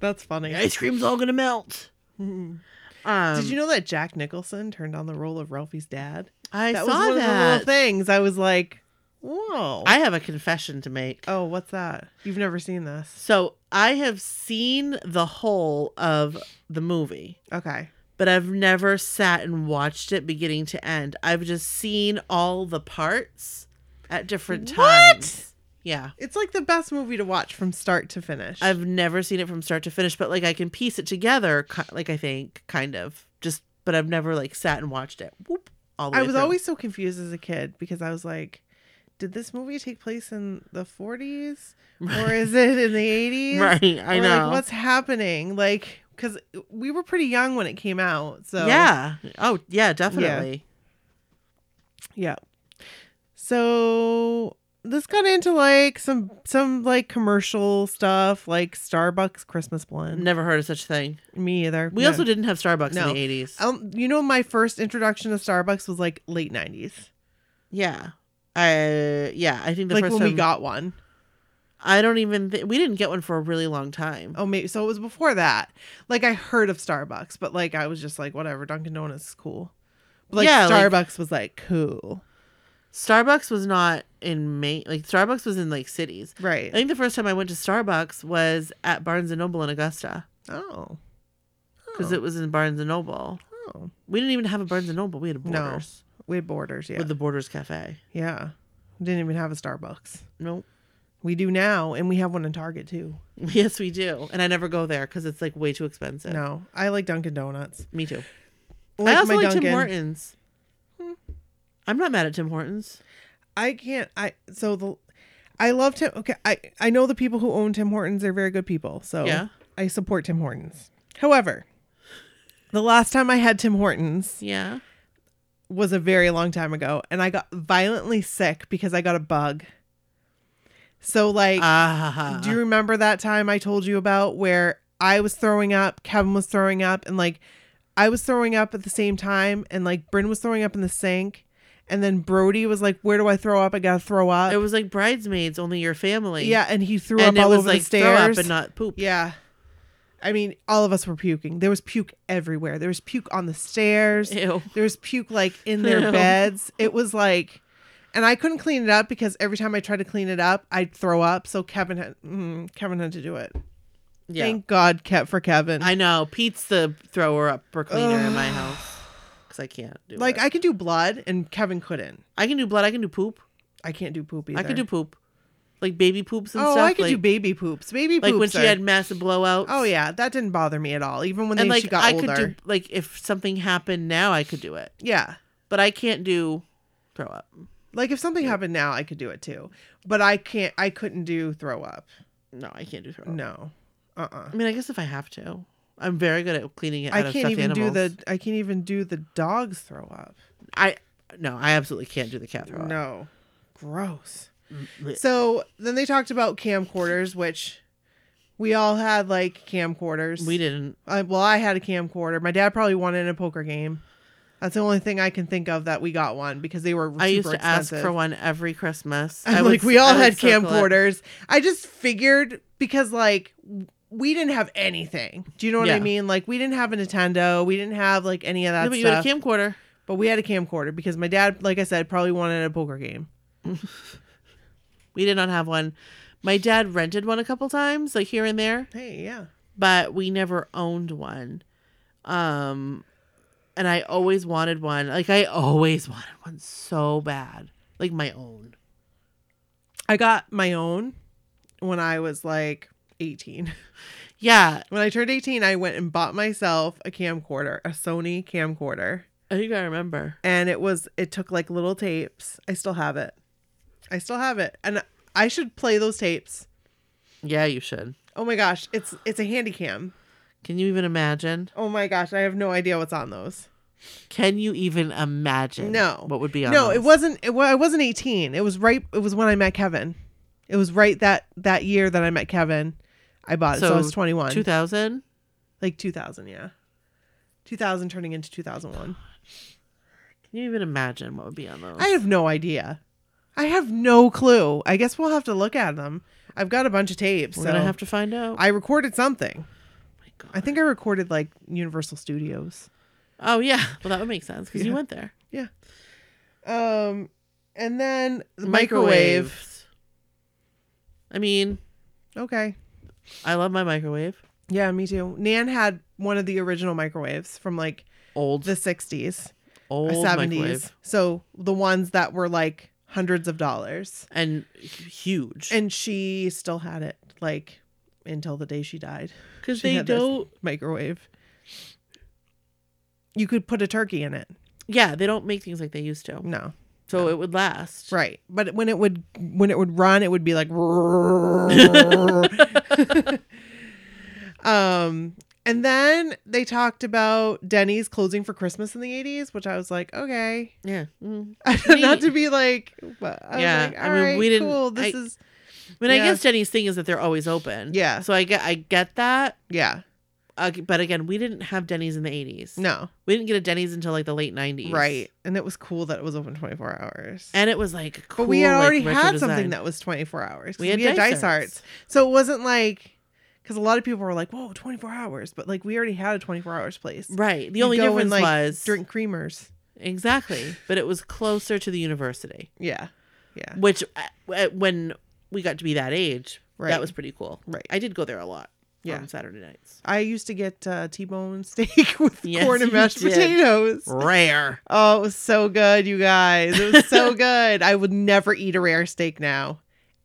That's funny.
The ice cream's all gonna melt.
Mhm.
Um,
Did you know that Jack Nicholson turned on the role of Ralphie's dad?
I
that was
saw
one of the
that.
little things. I was like, whoa.
I have a confession to make.
oh, what's that? You've never seen this.
So I have seen the whole of the movie.
Okay.
but I've never sat and watched it beginning to end. I've just seen all the parts at different times. Yeah.
It's like the best movie to watch from start to finish.
I've never seen it from start to finish, but like I can piece it together, ki- like I think, kind of. Just, but I've never like sat and watched it. Whoop, all the
I
way
was
through. [laughs]
always so confused as a kid because I was like, did this movie take place in the 40s or is it in the 80s?
right. I
Or,
know.
Like, what's happening? Like, because we were pretty young when it came out. So,
Yeah. Oh, yeah, definitely.
Yeah. So this got into like some, some like commercial stuff, like Starbucks Christmas blend.
Never heard of such thing.
Me either.
We
No.
also didn't have Starbucks
No.
in the eighties.
Um, you know, my first introduction to Starbucks was like late 90s,
Yeah. I yeah. I think the
like
first
when
time
we got one.
I don't even thi- we didn't get one for a really long time.
Oh, maybe so. It was before that. Like I heard of Starbucks, but like I was just like, whatever. Dunkin' Donuts is cool. But, like
Yeah, like-
Starbucks was like cool,
Starbucks was not in main like Starbucks was in like cities. I
right?
think the first time I went to Starbucks was at Barnes and Noble in Augusta
oh,
because it was in Barnes and Noble.
oh,
We didn't even have a Barnes and Noble. We had a
No.
Borders
we had Borders, yeah,
with the Borders Cafe.
yeah. We didn't even have a Starbucks.
Nope.
We do now, and we have one in Target too.
[laughs] Yes, we do, and I never go there because it's like way too expensive.
No, I like Dunkin' Donuts.
Me too.
Like
I also
my
like Tim
Dunkin'.
Hortons. Hmm. I'm not mad at Tim Hortons.
I can't. I so the. I love Tim. Okay, I I know the people who own Tim Hortons. They're very good people. So
Yeah.
I support Tim Hortons. However, the last time I had Tim Hortons,
Yeah.
was a very long time ago and I got violently sick because I got a bug. So like
Ah.
do you remember that time I told you about where I was throwing up, Kevin was throwing up and like I was throwing up at the same time and like Bryn was throwing up in the sink And then Brody was like, "Where do I throw up? I gotta throw up."
It was like bridesmaids, only your family.
yeah, and he threw
and
up
it
all
was
over
like
the
throw
stairs.
up and not poop.
yeah, I mean, all of us were puking. There was puke everywhere. There was puke on the stairs.
Ew.
There was puke like in their
Ew.
beds. It was like, and I couldn't clean it up because every time I tried to clean it up, I'd throw up. So Kevin had mm, Kevin had to do it.
Yeah.
Thank God, kept for Kevin.
I know. Pete's the thrower up or cleaner in my house because I can't do
like
it.
I could do blood, and Kevin couldn't.
I can do blood. I can do poop.
I can't do poop either.
I can do poop, like baby poops and
oh,
stuff.
I could
like,
do baby poops. Baby
like
poops.
when she
are-
had massive blowouts.
Oh yeah, that didn't bother me at all. Even when
and
they,
like
she got
I
older.
could do like if something happened now, I could do it,
yeah.
but I can't do throw up.
Like if something happened now, I could do it too. But I can't. I couldn't do throw up.
No, I can't do throw up.
No. Uh. uh
I mean, I guess if I have to, I'm very good at cleaning it. Out
I
of
can't
stuffed
even
animals.
do the. I can't even do the dogs throw up.
I no, I absolutely can't do the cat throw up.
No. Gross.
Blech.
So then they talked about camcorders, which we all had like camcorders.
We didn't.
I, well, I had a camcorder. My dad probably won in a poker game. That's the only thing I can think of that we got one because they were. Super
I used to
expensive.
ask for one every Christmas.
[laughs] I'm
I would
like, we
s- I
all
would
had
circle it.
camcorders. I just figured because like w- we didn't have anything. Do you know what I
Yeah.
mean? Like we didn't have a Nintendo. We didn't have like any of that
No, but you
stuff.
had a camcorder.
but we had a camcorder because my dad, like I said, probably won in a poker game.
We did not have one. My dad rented one a couple times, like here and there,
Hey, yeah.
but we never owned one. Um and I always wanted one. Like I always [laughs] wanted one so bad. Like my own.
I got my own when I was like 18.
Yeah.
[laughs] When I turned 18, I went and bought myself a camcorder, a Sony camcorder.
I think I remember.
And it was, it took like little tapes. I still have it. I still have it. And I should play those tapes.
Yeah, you should.
Oh my gosh, it's it's a handy cam.
Can you even imagine?
Oh my gosh, I have no idea what's on those.
Can you even imagine?
No.
What would be on
No, it
those?
wasn't it, wa- I wasn't 18. It was right it was when I met Kevin. It was right that that year that I met Kevin. I bought it. So, I was 21.
2000?
like 2000, yeah. 2000 turning into 2001.
Can you even imagine what would be on those?
I have no idea. I have no clue. I guess we'll have to look at them. I've got a bunch of tapes.
We're
so
gonna have to find out.
I recorded something.
Oh my God.
I think I recorded like Universal Studios.
Oh yeah. Well, that would make sense because
Yeah.
you went there.
Um and then the microwave.
Microwaves. I mean,
Okay.
I love my microwave.
Yeah, me too. Nan had one of the original microwaves from like
Old,
the 60s
old
or 70s.
microwave,
So the ones that were like hundreds of dollars.
and huge.
And she still had it like until the day she died.
Because
She
they
had this
don't.
microwave. You could put a turkey in it.
Yeah, they don't make things like they used to.
No.
So it would last.
Right. But when it would when it would run, it would be
[laughs]
like um and then they talked about Denny's closing for Christmas in the 80s, which I was like, okay. [laughs]
Yeah. Mm.
Not
Neat.
to be like, but I
Yeah,
was like, I mean, we didn't. Cool. This
I-
is
I mean, I
Yeah.
guess Jenny's thing is that they're always open.
Yeah.
So I get, I get that.
yeah.
Uh, but again, we didn't have Denny's in the eighties.
No,
We didn't get a Denny's until like the late nineties.
right. And it was cool that it was open 24 hours.
And it was like a cool.
but we had
like,
already
retro
had
design.
something that was 24 hours. 'cause
We had Dice Arts.
So it wasn't like, because a lot of people were like, whoa, 24 hours. But like, we already had a 24 hours place.
Right. The
You
only
go and,
difference
like,
was
Drink creamers.
exactly, but it was closer to the university,
Yeah. Yeah.
which uh, uh, when we got to be that age,
Right.
that was pretty cool.
Right.
I did go there a lot.
Yeah.
on Saturday nights.
I used to get uh, T-bone steak [laughs] with
Yes,
corn and
you
mashed
did.
potatoes.
Rare.
Oh, it was so good, you guys. It was
[laughs]
so good. I would never eat a rare steak now,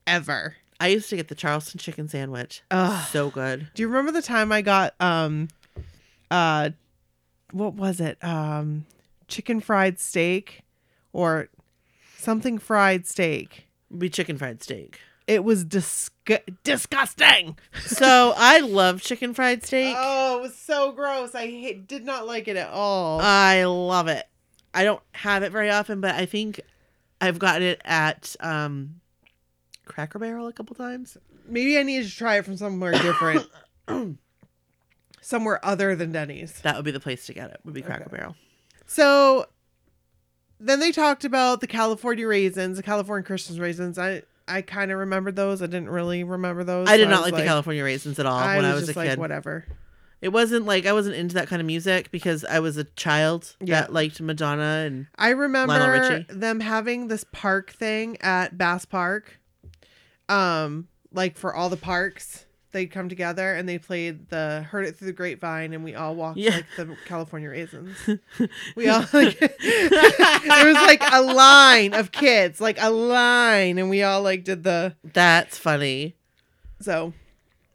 ever.
I used to get the Charleston chicken sandwich.
Ugh.
So good.
Do you remember the time I got um uh what was it? Um chicken fried steak or something fried steak.
Be chicken fried steak.
It was disg- disgusting.
So I love chicken fried steak.
Oh, it was so gross. I hate, did not like it at all.
I love it. I don't have it very often, but I think I've gotten it at um, Cracker Barrel a couple times.
Maybe I needed to try it from somewhere
[coughs]
different. [clears throat] somewhere other than Denny's.
That would be the place to get it. Would be Cracker
Okay.
Barrel.
So then they talked about the California raisins, the California Christmas raisins. I I kind of remembered those. I didn't really remember those.
I
so
did not
was
like, the California raisins at all
I
when
was
I was
just
a
like,
kid.
whatever.
It wasn't like I wasn't into that kind of music because I was a child
Yeah.
that liked Madonna and
I remember
Richie.
them having this park thing at Bass Park, um, like for all the parks. They'd come together and they played the "Heard It Through the Grapevine," and we all walked
Yeah.
like the California
[laughs]
raisins. We all like [laughs] there was like a line of kids, like a line, and we all like did the
That's funny.
so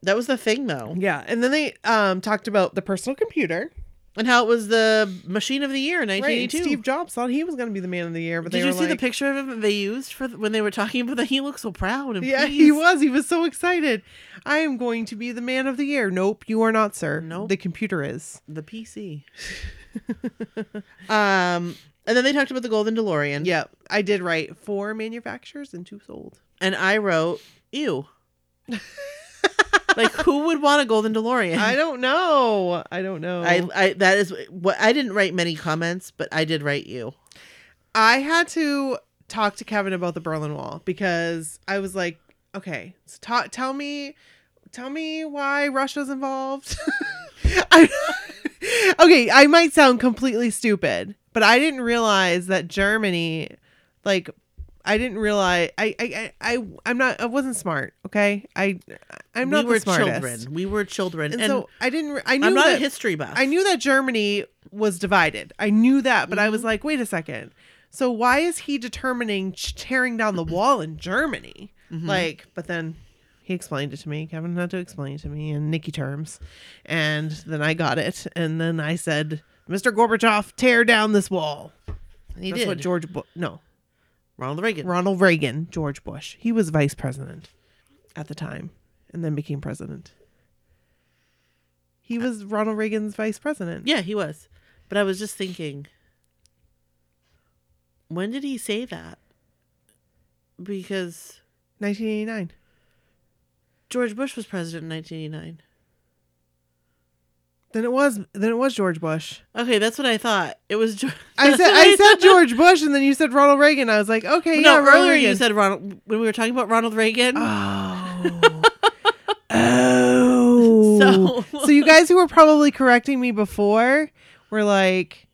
That was the thing though.
yeah. And then they um talked about the personal computer.
And how it was the machine of the year in
Right, and
1982.
Steve Jobs thought he was going to be the man of the year, but
Did
they
you
were
see
like,
the picture of him that they used for th- when they were talking about that? He looked so proud and
Yeah, he
pleased.
was. He was so excited. I am going to be the man of the year. Nope, you are not, sir.
Nope.
The computer is.
the PC. [laughs] um, and then they talked about the Golden DeLorean.
Yeah, I did write four manufacturers and two sold.
and I wrote,
[laughs]
"Ew." like who would want a golden DeLorean?
I don't know. I don't know.
I,
I,
I that is what I didn't write many comments, but I did write you.
I had to talk to Kevin about the Berlin Wall because I was like, okay, so ta- tell me, tell me why Russia's involved. [laughs] I, okay, I might sound completely stupid, but I didn't realize that Germany, like, I didn't realize. I, I, I, I I'm not. I wasn't smart. Okay, I, I'm not
we were
the smartest.
children. We were children,
And,
and,
so I didn't. re- I knew
I'm not
that,
a history buff.
I knew that Germany was divided. I knew that, but I
Mm-hmm.
was like, wait a second. So why is he determining ch- tearing down the wall in Germany?
Mm-hmm.
Like, but then he explained it to me. Kevin had to explain it to me in Nicky terms, and then I got it. And then I said, "Mr. Gorbachev, tear down this wall."
And he
That's
did.
what George. Bu- no,
Ronald Reagan.
Ronald Reagan, George Bush. He was vice president at the time and then became president. He was Ronald Reagan's vice president.
Yeah, he was. But I was just thinking, when did he say that? Because
1989.
George Bush was president in 1989.
Then it was then it was George
[laughs]
Bush.
Okay, that's what I thought. It was. [laughs] George-
I
that's
said
what
I said
thought.
George Bush and then you said Ronald Reagan. I was like, okay,
No,
yeah, Ronald
earlier you
Reagan. Ah,
said Ronald when we were talking about Ronald Reagan.
Oh.
[laughs]
oh.
So-
you guys who were probably correcting me before were like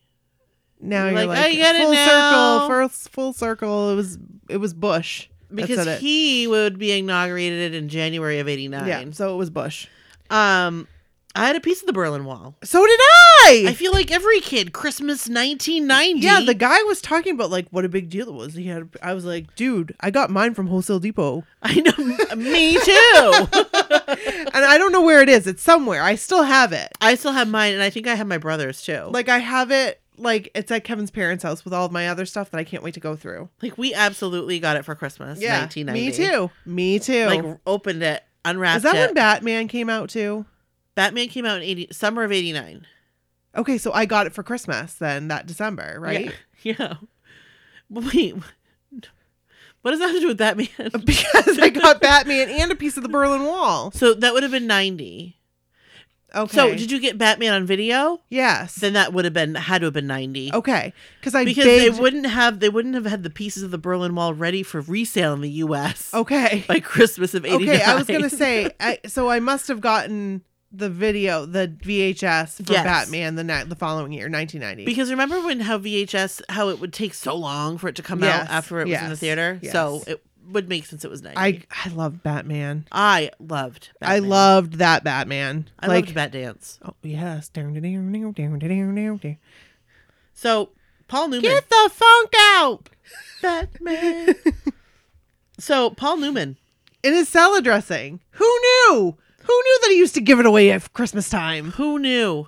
now
You're
you're like,
like, I get it
full
now.
circle, first full circle. It was it was Bush. That said
because
it.
he would be inaugurated in January of '89.
Yeah, so it was Bush.
Um, I had a piece of the Berlin Wall.
So did I.
I feel like every kid, Christmas 1990.
yeah, the guy was talking about like what a big deal it was. He had I was like, dude, I got mine from Wholesale Depot.
I know.
[laughs]
Me too.
and I don't know where it is. It's somewhere. I still have it.
I still have mine, and I think I have my brother's too.
Like I have it. Like it's at Kevin's parents' house with all of my other stuff that I can't wait to go through.
Like, we absolutely got it for Christmas.
Yeah,
1990.
me too. Me too.
Like opened it, unwrapped
is that
it.
when Batman came out too?
Batman came out in 80 summer of '89.
Okay, so I got it for Christmas then that December, right? [laughs]
Yeah. [laughs] yeah. But Wait. [laughs] What does that have to do with Batman?
[laughs] because I got Batman and a piece of the Berlin Wall.
[laughs] So that would have been 90.
Okay.
So did you get Batman on video?
Yes.
Then that would have been had to have been 90.
okay. Because I
Because
begged-
they wouldn't have they wouldn't have had the pieces of the Berlin Wall ready for resale in the US
Okay.
[laughs] by Christmas of 89.
Oh, Okay, I was gonna say, I, so I must have gotten the video, the VHS for
Yes.
Batman the night the following year, 1990.
[laughs] because remember when how VHS how it would take so long for it to come
Yes,
out after it was in the
yes,
theater. So
yes.
it would make sense it was 90.
I I love Batman.
I loved
I
Batman.
loved that Batman.
I
like,
loved Bat Dance.
Oh yes, down down
So Paul Newman
Get the funk [laughs] out,
Batman. so Paul Newman.
[laughs] In his salad dressing. Who knew? Who knew that he used to give it away at Christmas time? [laughs]
Who knew?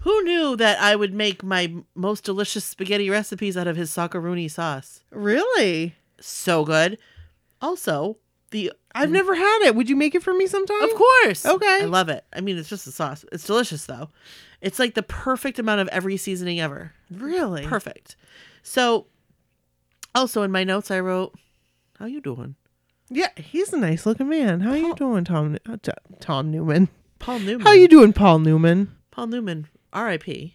Who knew that I would make my most delicious spaghetti recipes out of his socceroni sauce?
Really?
So good. Also, the
I've never had it. Would you make it for me sometime?
of course.
Okay.
I love it. I mean, it's just a sauce. It's delicious though. It's like the perfect amount of every seasoning ever.
Really?
Perfect. So, also in my notes I wrote, "How you doing?"
Yeah, he's a nice looking man. How you doing, Tom? uh, T- Tom Newman.
Paul Newman.
How you doing, Paul Newman?
Paul Newman, R.I.P.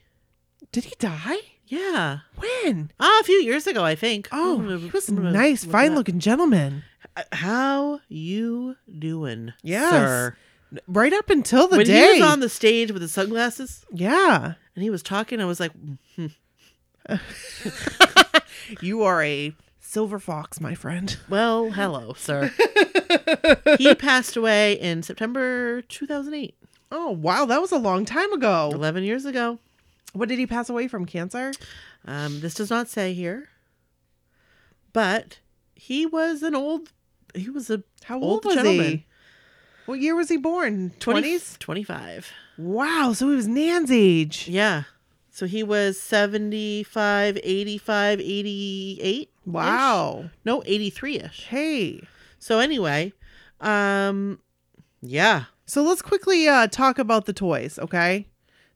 Did he die?
Yeah.
When?
Ah, a few years ago, I think.
Oh,
Mm,
he was a
mm, mm,
nice,
look
fine
that.
looking gentleman.
Uh, How you doing,
Yes.
sir?
Right up until the
when
day.
he was on the stage with his sunglasses
yeah.
and he was talking, I was like, hmm.
[laughs]
[laughs]
You are a silver fox, my friend.
"Well, hello, sir."
[laughs]
he passed away in September 2008,
Oh, wow. That was a long time ago.
11 years ago.
What did he pass away from? Cancer?
Um, this does not say here, but he was an old. He was a
How
Old
old, was
gentleman.
he? What year was he born?
20,
20s?
25.
Wow. So he was Nan's age.
Yeah. So he was 75, 85, 88. -ish.
Wow.
No, 83 ish.
Hey.
So anyway, um, yeah.
So let's quickly uh, talk about the toys, okay?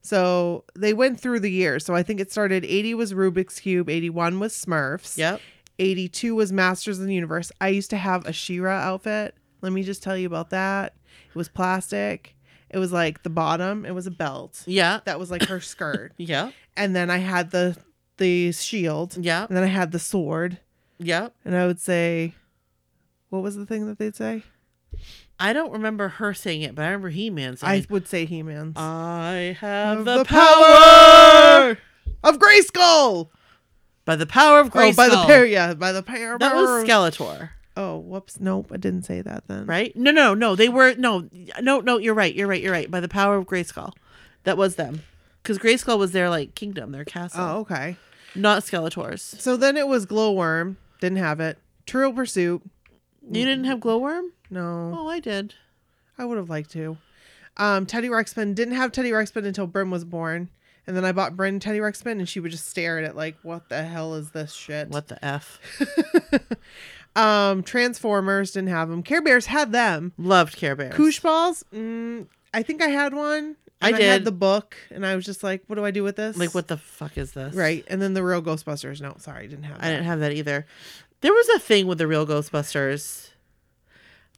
So they went through the years. So I think it started 80 was Rubik's Cube, 81 was Smurfs,
Yep.
82 was Masters of the Universe. I used to have a She-Ra outfit. Let me just tell you about that. It was plastic. It was like the bottom, it was a belt.
Yeah.
That was like
[laughs]
her skirt.
Yeah.
And then I had the the shield,
Yeah.
and then I had the sword,
Yeah.
and I would say what was the thing that they'd say?
I don't remember her saying it, but I remember He Man
I
saying,
would say He-Man's.
I, have
of
the,
the
power.
of Grayskull.
By the power of
Oh,
grace.
by the pair, yeah, by the pair.
That was Skeletor,
Oh, whoops. Nope, I didn't say that then.
right? No, no, no. They were, no, no, no. You're right. You're right. You're right. By the power of Grayskull. That was them. Because Grayskull was their, like, kingdom, their castle.
Oh, okay.
Not Skeletor's.
So then it was Glowworm. Didn't have it. Trill Pursuit.
You didn't have Glowworm?
No,
Oh, I did.
I would have liked to. Um, Teddy Ruxpin didn't have Teddy Ruxpin until Brim was born, and then I bought Bryn Teddy Ruxpin, and she would just stare at it like, "What the hell is this shit?"
What the F?
um, Transformers didn't have them. Care Bears had them.
[laughs] Loved Care Bears.
Koosh balls. Mm, I think I had one.
I
and I had
did.
the book, and I was just like, "What do I do with this?"
Like, what the fuck is this?
Right. And then the real Ghostbusters. No, sorry, I didn't have that.
I didn't have that either. There was a thing with the real Ghostbusters.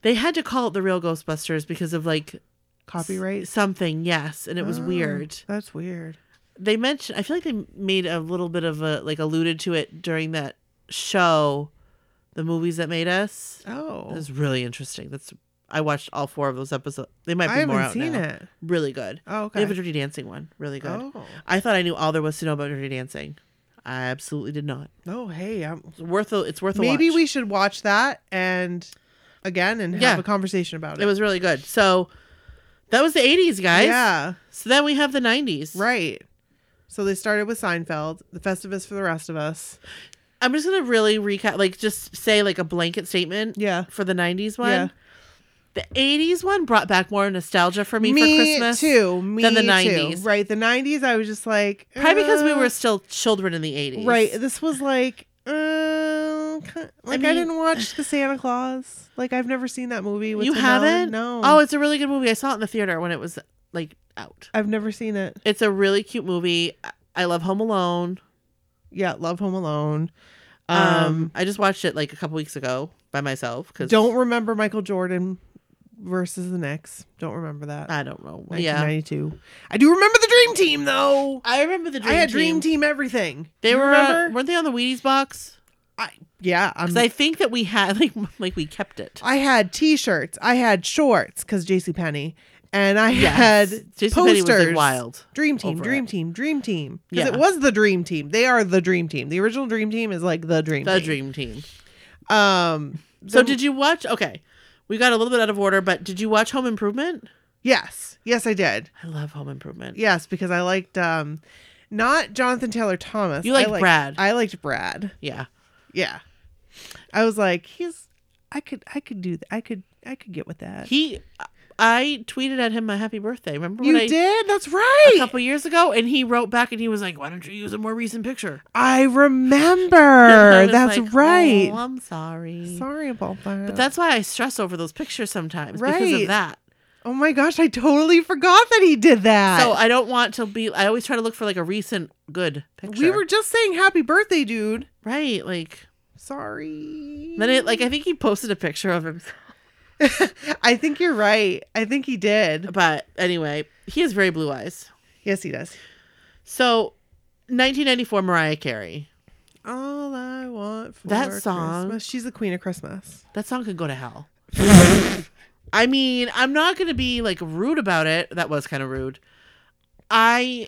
They had to call it the real Ghostbusters because of like
Copyright.
s- something, yes, and it was
Oh,
weird.
That's weird.
They mentioned I feel like they made a little bit of a like alluded to it during that show, the movies that made us.
Oh.
It was really interesting. That's I watched all four of those episodes. They might be
I haven't
more out
seen
now.
it.
Really good.
Oh,
They have a
okay.
Dirty Dancing one. Really good.
Oh.
I thought I knew all there was to know about Dirty Dancing. I absolutely did not.
Oh, hey. I'm,
It's worth a, it's worth a
maybe
watch.
we should watch that and again and have
Yeah.
a conversation about it.
It was really good. So that was the 80s, guys.
Yeah.
So then we have the 90s.
Right. So they started with Seinfeld, The Festivus for the rest of us.
I'm just going to really recap, like, just say, like, a blanket statement
Yeah.
for the 90s one.
Yeah.
The 80s one brought back more nostalgia for me, for Christmas.
too. Me
than the
too.
90s.
Right. The 90s, I was just like.
Probably because we
uh,
were still children in the 80s.
Right. This was like, uh, ki- like I,
mean-
didn't watch the Santa Claus. Like I've never seen that movie. What's
you
It Now?
haven't?
No.
Oh, it's a really good movie. I saw it in the theater when it was, like, out.
I've never seen it.
It's a really cute movie. I- I love Home Alone.
Yeah, Love Home Alone.
Um,
Um,
I just watched it, like, a couple weeks ago by myself. Cause
don't remember Michael Jordan versus the Knicks. Don't remember that.
I don't know. Uh, Yeah.
1992. I do remember the Dream Team though.
I remember the Dream
I had
Team.
Dream Team everything.
They
You
were uh,
remember?
weren't they on the Wheaties box?
I, yeah, I'm.
Because I think that we had [laughs] like like we kept it.
I had T-shirts. I had shorts because J.C. Penney, and I had
JCPenney
posters.
was like wild.
Dream team,
over
dream
it.
team, dream team. Because
Yeah.
it was the dream team. They are the dream team. The original dream team is like the dream.
The
team.
Dream Team.
Um.
So did you watch? Okay, we got a little bit out of order, but did you watch Home Improvement?
Yes. Yes, I did.
I love Home Improvement.
Yes, because I liked um, not Jonathan Taylor Thomas.
You
I
liked Brad.
I liked Brad.
Yeah.
Yeah. I was like, he's. I could. I could do. Th- I could. I could get with that.
He, I tweeted at him my happy birthday. Remember
you
when I
did. That's
a
right.
couple years ago, and he wrote back and he was like, "Why don't you use a more recent picture?" [laughs]
I
And I
remember.
was
Er, That's
like,
right.
"Oh, I'm sorry.
Sorry about that.
But that's why I stress over those pictures sometimes because of
Right.
that.
Oh my gosh! I totally forgot that he did that.
So uh, I don't want to be. I always try to look for like a recent good picture.
We were just saying happy birthday, dude.
right, like
Sorry.
then it like I think he posted a picture of him.
[laughs]
[laughs]
I think you're right. I think he did.
But anyway, he has very blue eyes.
Yes, he does.
So 1994 Mariah Carey.
All I want for
That song-
Christmas. She's the queen of Christmas.
That song could go
[laughs]
to hell. I mean, I'm not going to be like rude about it. That was kind of rude. I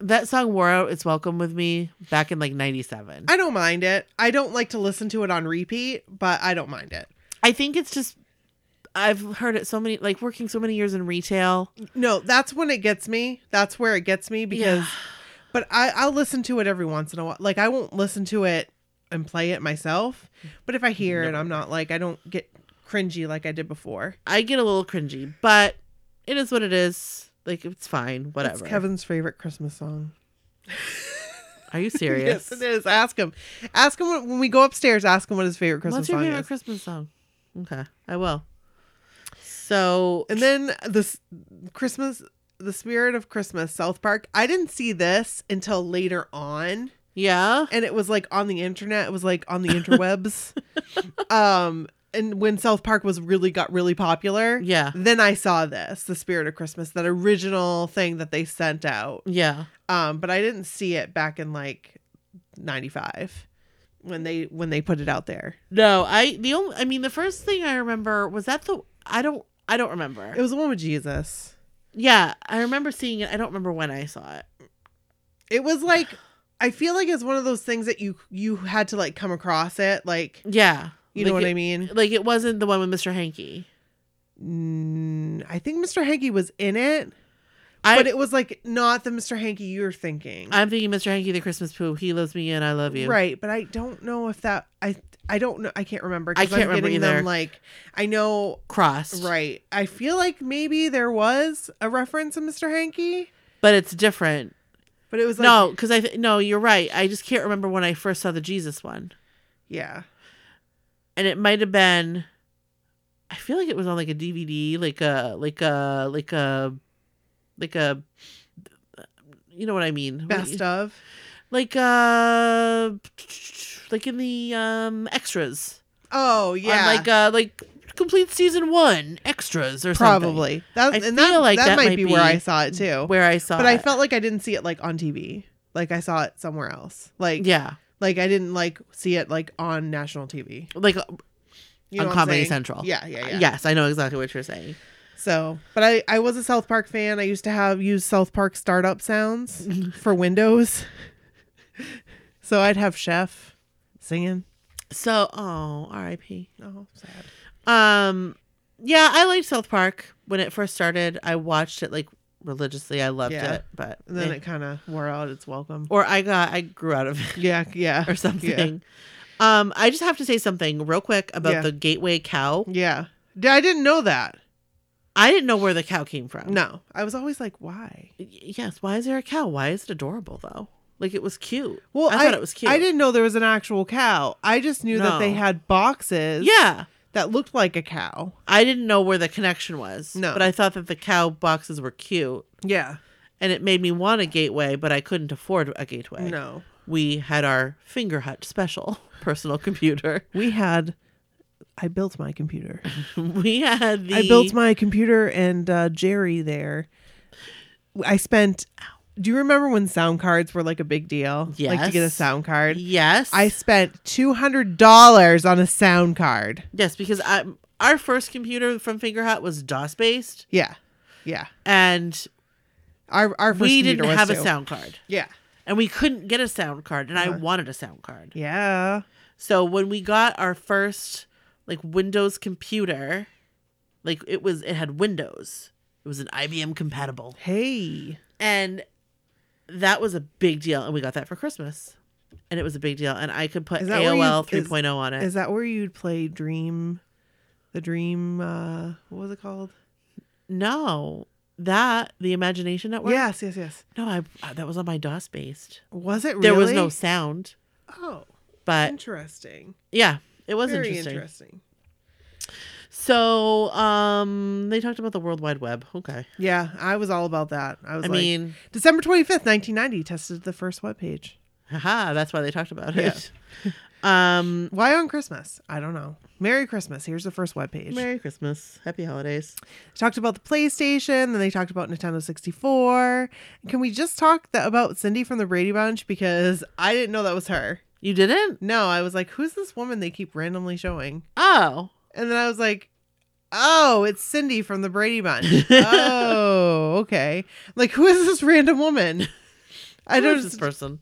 that song wore out its welcome with me back in like 97.
I don't mind it. I don't like to listen to it on repeat, but I don't mind it.
I think it's just I've heard it so many like working so many years in retail.
No, that's when it gets me. That's where it gets me because but I, I'll listen to it every once in a while. Like I won't listen to it and play it myself. But if I hear it, I'm not like I don't get cringy like I did before.
I get a little cringy, but it is what it is. Like it's fine, whatever.
It's Kevin's favorite Christmas song.
Are you serious?
[laughs] Yes, it is. Ask him. Ask him what, when we go upstairs. Ask him what his favorite Christmas
What's your
song
favorite
is.
Christmas song? Okay, I will. So
and then this Christmas, the spirit of Christmas, South Park. I didn't see this until later on,
yeah,
and it was like on the internet. It was like on the interwebs. um, and when South Park was really got really popular,
yeah,
then I saw this, the spirit of Christmas, that original thing that they sent out.
yeah.
Um, but I didn't see it back in like '95 when they when they put it out there.
No, I the only I mean the first thing I remember was that the I don't I don't remember.
It was the one with Jesus.
yeah, I remember seeing it. I don't remember when I saw it.
it was like I feel like it's one of those things that you you had to like come across it like
Yeah,
you
like
know what
it,
I mean.
Like it wasn't the one with Mr. Hanky.
Mm, I think Mr. Hanky was in it,
I
but it was like not the Mr. Hanky you're thinking.
I'm thinking Mr. Hanky the Christmas poo. He loves me and I love you.
Right, but I don't know if that I I don't know I can't remember. 'cause
I can't remember
getting
either.
Them, like I know.
Crossed.
Right. I feel like maybe there was a reference to Mr. Hanky,
But it's different.
but it was like
no, because I th- no, you're right. I just can't remember when I first saw the Jesus one,
yeah.
and it might have been. I feel like it was on like a DVD, like a like a like a like a. You know what I mean?
Best of.
like uh like in the um extras
Oh
On,
yeah.
like uh like complete season one extras or something
probably that
I
and
feel
that,
like
that,
that
might,
might
be, where I
be
saw it too.
where i saw
but I
it.
felt like I didn't see it like on TV. Like I saw it somewhere else. Like
yeah
like I didn't like see it like on national TV.
like
You
on
know what I'm
comedy
saying?
central
Yeah, yeah, yeah.
yes i know exactly what you're saying
So, but I I was a South Park fan. I used to have used South Park startup
[laughs]
sounds for Windows. [laughs] so I'd have Chef singing.
so oh rip
Oh, sad.
um yeah i liked south park when it first started i watched it like religiously i loved
Yeah.
it but
And then
eh.
it kind of wore out its welcome.
or i got i grew out of it [laughs]
Yeah, yeah.
or something um i just have to say something real quick about
Yeah.
the gateway cow
Yeah. D- I didn't know that.
I didn't know where the cow came from.
No. I was always like, why?
Y- Yes. Why is there a cow? Why is it adorable though? Like it was cute.
Well,
I, thought it was cute.
I didn't know there was an actual cow. I just knew that they
No.
had boxes
Yeah.
that looked like a cow.
I didn't know where the connection was.
No.
But I thought that the cow boxes were cute,
Yeah.
and it made me want a gateway, but I couldn't afford a gateway.
No.
We had our finger hut special [laughs] personal computer. [laughs]
We had I built my computer.
we had the
I built my computer and uh, Jerry there. I spent Do you remember when sound cards were like a big deal? Like to get a
Yes.
sound card.
yes.
I spent $200 on a sound card.
yes because I our first computer from Finger Hut was DOS based,
Yeah. Yeah.
and
Our our first
we
computer
didn't
was
have a
too.
sound card,
Yeah.
and we couldn't get a sound card, and I
Uh-huh.
wanted a sound card.
Yeah.
So when we got our first like Windows computer, like it was it had Windows. It was an IBM compatible.
Hey.
And that was a big deal and we got that for Christmas. And it was a big deal and I could put
Is that where you-
AOL
is-
3.0 on it.
Is that where you'd play Dream, the Dream? Uh, what was it called?
no. That the Imagination Network?
Yes, yes, yes.
No, I, I- that was on my DOS based.
Was it really?
There was no sound,
Oh,
but
interesting.
yeah, it was
Very
interesting.
interesting.
So, um they talked about the World Wide Web. Okay.
Yeah, I was all about that. I
I,
was. like,
mean,
December twenty fifth, nineteen ninety, tested the first web page.
Haha, that's why they talked about
Yeah.
it. [laughs] Um,
Why on Christmas? I don't know. Merry Christmas. Here's the first webpage.
Merry Christmas. Happy holidays.
talked about the PlayStation, then they talked about Nintendo 64. Can we just talk th- about Cindy from the Brady Bunch? Because I didn't know that was her.
You didn't?
No, I was like, who's this woman they keep randomly showing?
Oh.
And then I was like, oh, it's Cindy from the Brady
[laughs]
Bunch. oh, okay. Like, who is this random
[laughs]
woman? I
Who
don't
is this person.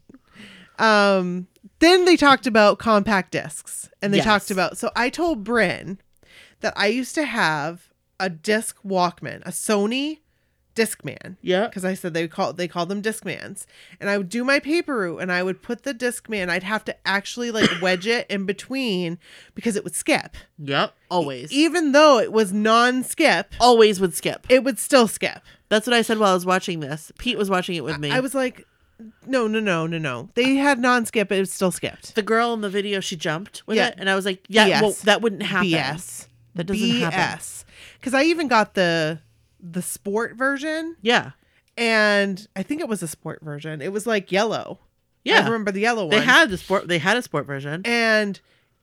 um then they talked about compact discs and they
Yes.
talked about so i told bryn that i used to have a disc walkman a sony discman
Yeah.
because i said they call they call them discmans and i would do my paper route and i would put the discman i'd have to actually like
[coughs]
wedge it in between because it would skip
Yep. Always.
even though it was non-skip
Always would skip.
it would still skip
That's what I said while I was watching this. Pete was watching it with me.
i was like no no no no no they had non-skip it still skipped
the girl in the video. She jumped with
Yeah.
it, and I was like, "Yeah,
BS.
well, that wouldn't happen.
BS.
That doesn't happen.
BS. Because I even got the the sport version,
Yeah,
and I think it was a sport version. It was like yellow. I
yeah.
remember the yellow one.
They had the sport. They had a sport version.
and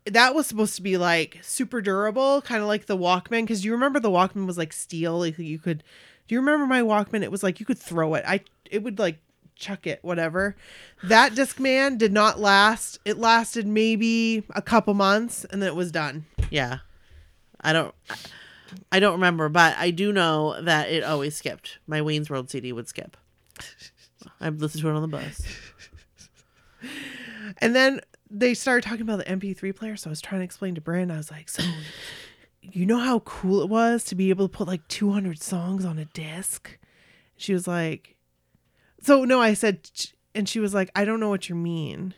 that was supposed to be like super durable, kind of like the Walkman. Because you remember the Walkman was like steel. Like you could. Do you remember my Walkman? It was like you could throw it. I it would like chuck it whatever that discman did not last it lasted maybe a couple months and then it was done
yeah, I don't. I don't remember, but I do know that it always skipped. My Wayne's World CD would skip. [laughs] I've listened to it on the bus.
And then they started talking about the MP3 player. So I was trying to explain to Brand. I was like, so you know how cool it was to be able to put like 200 songs on a disc? She was like, so no, I said, "Ch-" and she was like, I don't know what you mean.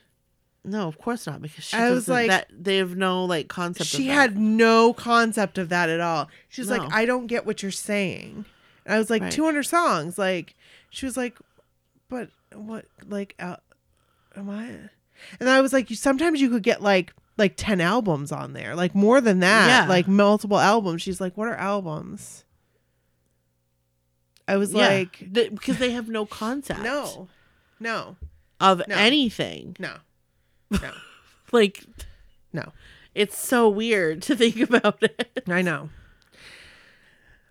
No, of course not, because she
I was
doesn't-
like-
that they have no like concept.
She
of that.
had no concept of that at all. She was
No.
like, I don't get what you're saying. And I was like,
Right.
200 songs. Like, she was like, but what, like, uh, am I? And I was like, you sometimes you could get like, like 10 albums on there, like more than that,
Yeah.
like multiple albums. She's like, what are albums? I was
Yeah.
like,
They- because they have no concept.
no, no,
of
No.
anything.
no, no.
Like,
No.
It's so weird to [laughs] think about it.
I know.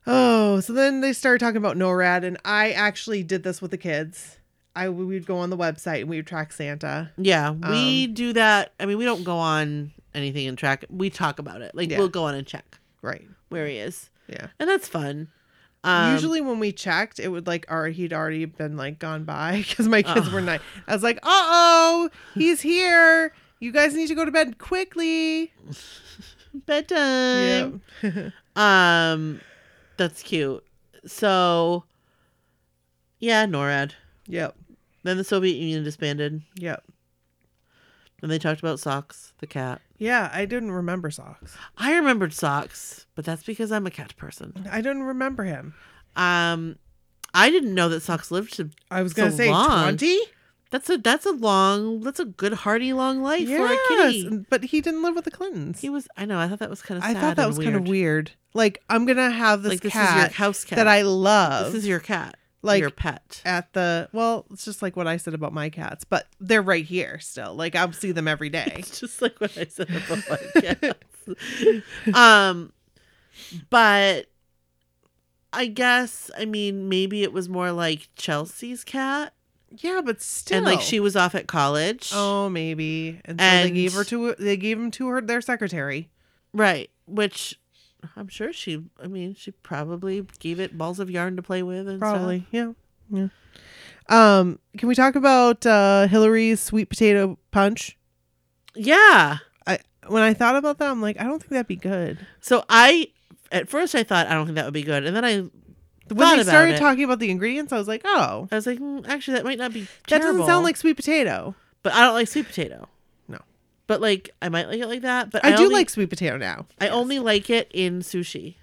Oh, so then they started talking about NORAD, and I actually did this with the kids. I we would go on the website and we would track Santa.
Yeah, we do that. I mean, we don't go on anything and track. it. We talk about it. Like
Yeah.
we'll go on and check
Right.
where he is,
Yeah.
and that's fun. Um,
Usually when we checked, it would like already he'd already been like gone by [laughs] because my kids
Oh.
were night. I was like, uh oh, he's here. You guys need to go to bed quickly. Yeah.
bedtime. Um, that's cute. So, yeah, NORAD.
yep.
Then the Soviet Union disbanded,
Yep.
and they talked about socks, the cat.
Yeah, I didn't remember socks.
I remembered socks, but that's because I'm a cat person.
I didn't remember him.
Um, I didn't know that socks lived to
I was gonna
So
say
long.
twenty.
That's a that's a long that's a good hearty long life for a kitty.
but he didn't live with the Clintons.
He was I know I thought that was kind of
I thought that was kind of weird. Like I'm gonna have this
like this is your
cat
house cat
that I love.
this is your cat
like
like your pet
at the well, it's just like what I said about my cats, but they're right here still. Like I'll see them every day.
it's [laughs] just like what I said about my [laughs] cats. um, but I guess I mean maybe it was more like Chelsea's cat
yeah, but still,
and like she was off at college
Oh, maybe. And so they
And-
gave her to they gave him to her their secretary.
right which. I'm sure she. I mean, she probably gave it balls of yarn to play with, and stuff.
Probably, yeah, yeah. Um, can we talk about uh Hillary's sweet potato punch?
Yeah.
When I thought about that, I'm like, I don't think that'd be good.
So I, at first, I thought I don't think that would be good, and then I
When
thought
they
about
started
it.
talking about the ingredients, I was like, oh,
I was like, "Mm, actually, that might not be.
that doesn't sound
terrible."
like sweet potato.
But I don't like sweet potato.
No.
But like, I might like it like that. But
I,
I,
do
only-
like sweet potato now.
I only like it in sushi.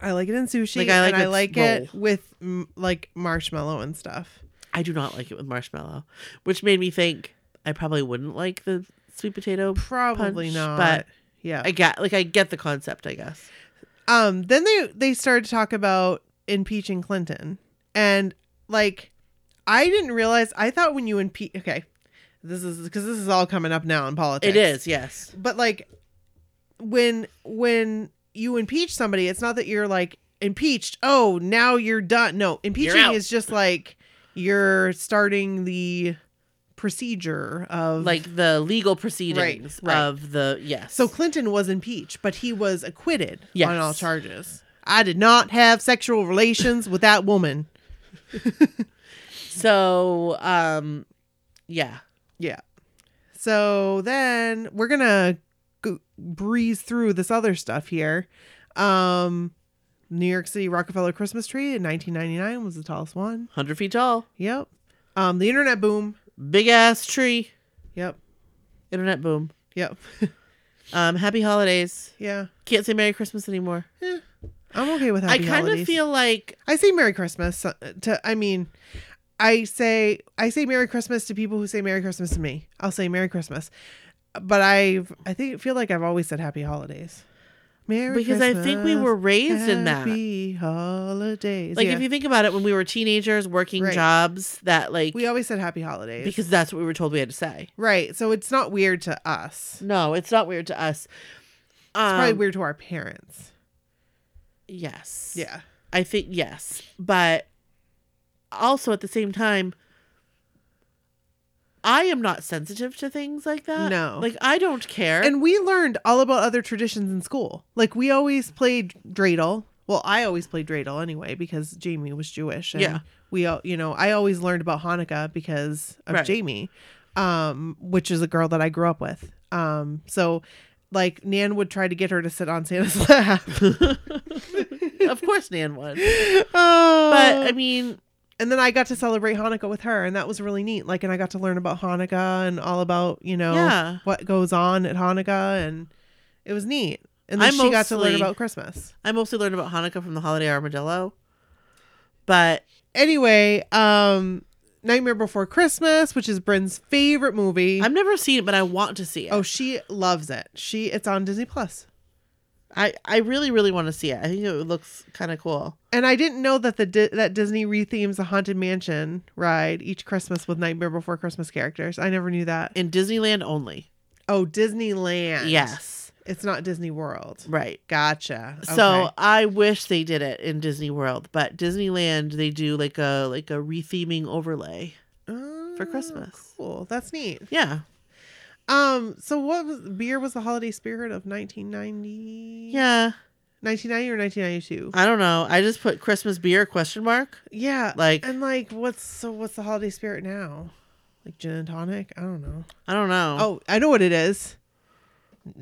I like it in sushi.
Like, I like
and I
its
like it with mm, like marshmallow and stuff.
I do not like it with marshmallow, which made me think I probably wouldn't like the sweet potato.
Probably
Punch,
not.
but-
yeah.
I get like I get the concept. I guess.
um. Then they they started to talk about impeaching Clinton, and like I didn't realize. I thought when you impeach. Okay, This is because this is all coming up now in politics.
It is, yes.
but like when when you impeach somebody it's not that you're like impeached oh now you're done no impeaching
out.
is just like you're starting the procedure of
Like the legal proceedings
right.
of the yes.
so clinton was impeached but he was acquitted
Yes.
on all charges i did not have sexual relations with that woman
so um yeah.
yeah so then we're gonna go- breeze through this other stuff here um new york city rockefeller christmas tree in 1999 was the tallest one
100 feet tall.
Yep. Um, the internet boom.
Big ass tree.
Yep.
Internet boom.
Yep. [laughs]
Um happy holidays.
yeah.
Can't say merry christmas anymore.
I'm okay with happy
I kind of
holidays.
feel like
I say Merry Christmas uh, to. I mean, I say I say Merry Christmas to people who say Merry Christmas to me. I'll say Merry Christmas, but I've I think feel like I've always said Happy Holidays. Merry
because I think we
Christmas,
were raised in that.
Happy holidays.
Like
Yeah.
if you think about it when we were teenagers working
Right.
jobs that like
we always said Happy Holidays
because that's what we were told we had to say.
right, so it's not weird to us.
No, it's not weird to us. Um,
It's probably weird to our parents.
Yes.
Yeah.
I think yes, but also at the same time, I am not sensitive to things like that.
No.
like I don't care.
And we learned all about other traditions in school. Like we always played dreidel. Well, I always played dreidel anyway because Jamie was Jewish. And
Yeah.
We all, you know, I always learned about Hanukkah because of
Right.
Jamie, um, which is a girl that I grew up with. Um, so like Nan would try to get her to sit on Santa's [laughs] lap.
of course, Nan [laughs] was,
oh.
[laughs] but I mean,
and then I got to celebrate Hanukkah with her, and that was really neat. Like, and I got to learn about Hanukkah and all about you know
Yeah.
what goes on at Hanukkah, and it was neat. And then
I
she got to learn
mostly-
about Christmas.
I mostly learned about Hanukkah from the Holiday Armadillo. But
Anyway, um, Nightmare Before Christmas, which is Bryn's favorite movie.
I've never seen it, but I want to see it.
oh, she loves it. She it's on Disney Plus.
I I really really want to see it. I think it looks kind of cool.
And I didn't know that the Di- that Disney rethemes the Haunted Mansion ride each Christmas with Nightmare Before Christmas characters. I never knew that.
In Disneyland only.
Oh, Disneyland.
Yes.
it's not Disney World.
Right.
Gotcha.
So
Okay.
I wish they did it in Disney World, but Disneyland they do like a like a retheming overlay for
Oh,
Christmas.
Cool. That's neat.
Yeah.
Um. So what was beer was the holiday spirit of 1990?
Yeah.
1990 or 1992?
I don't know. I just put Christmas beer question mark.
yeah.
Like
and like, what's so? What's the holiday spirit now? Like gin and tonic? I don't know.
I don't know.
Oh, I know what it is.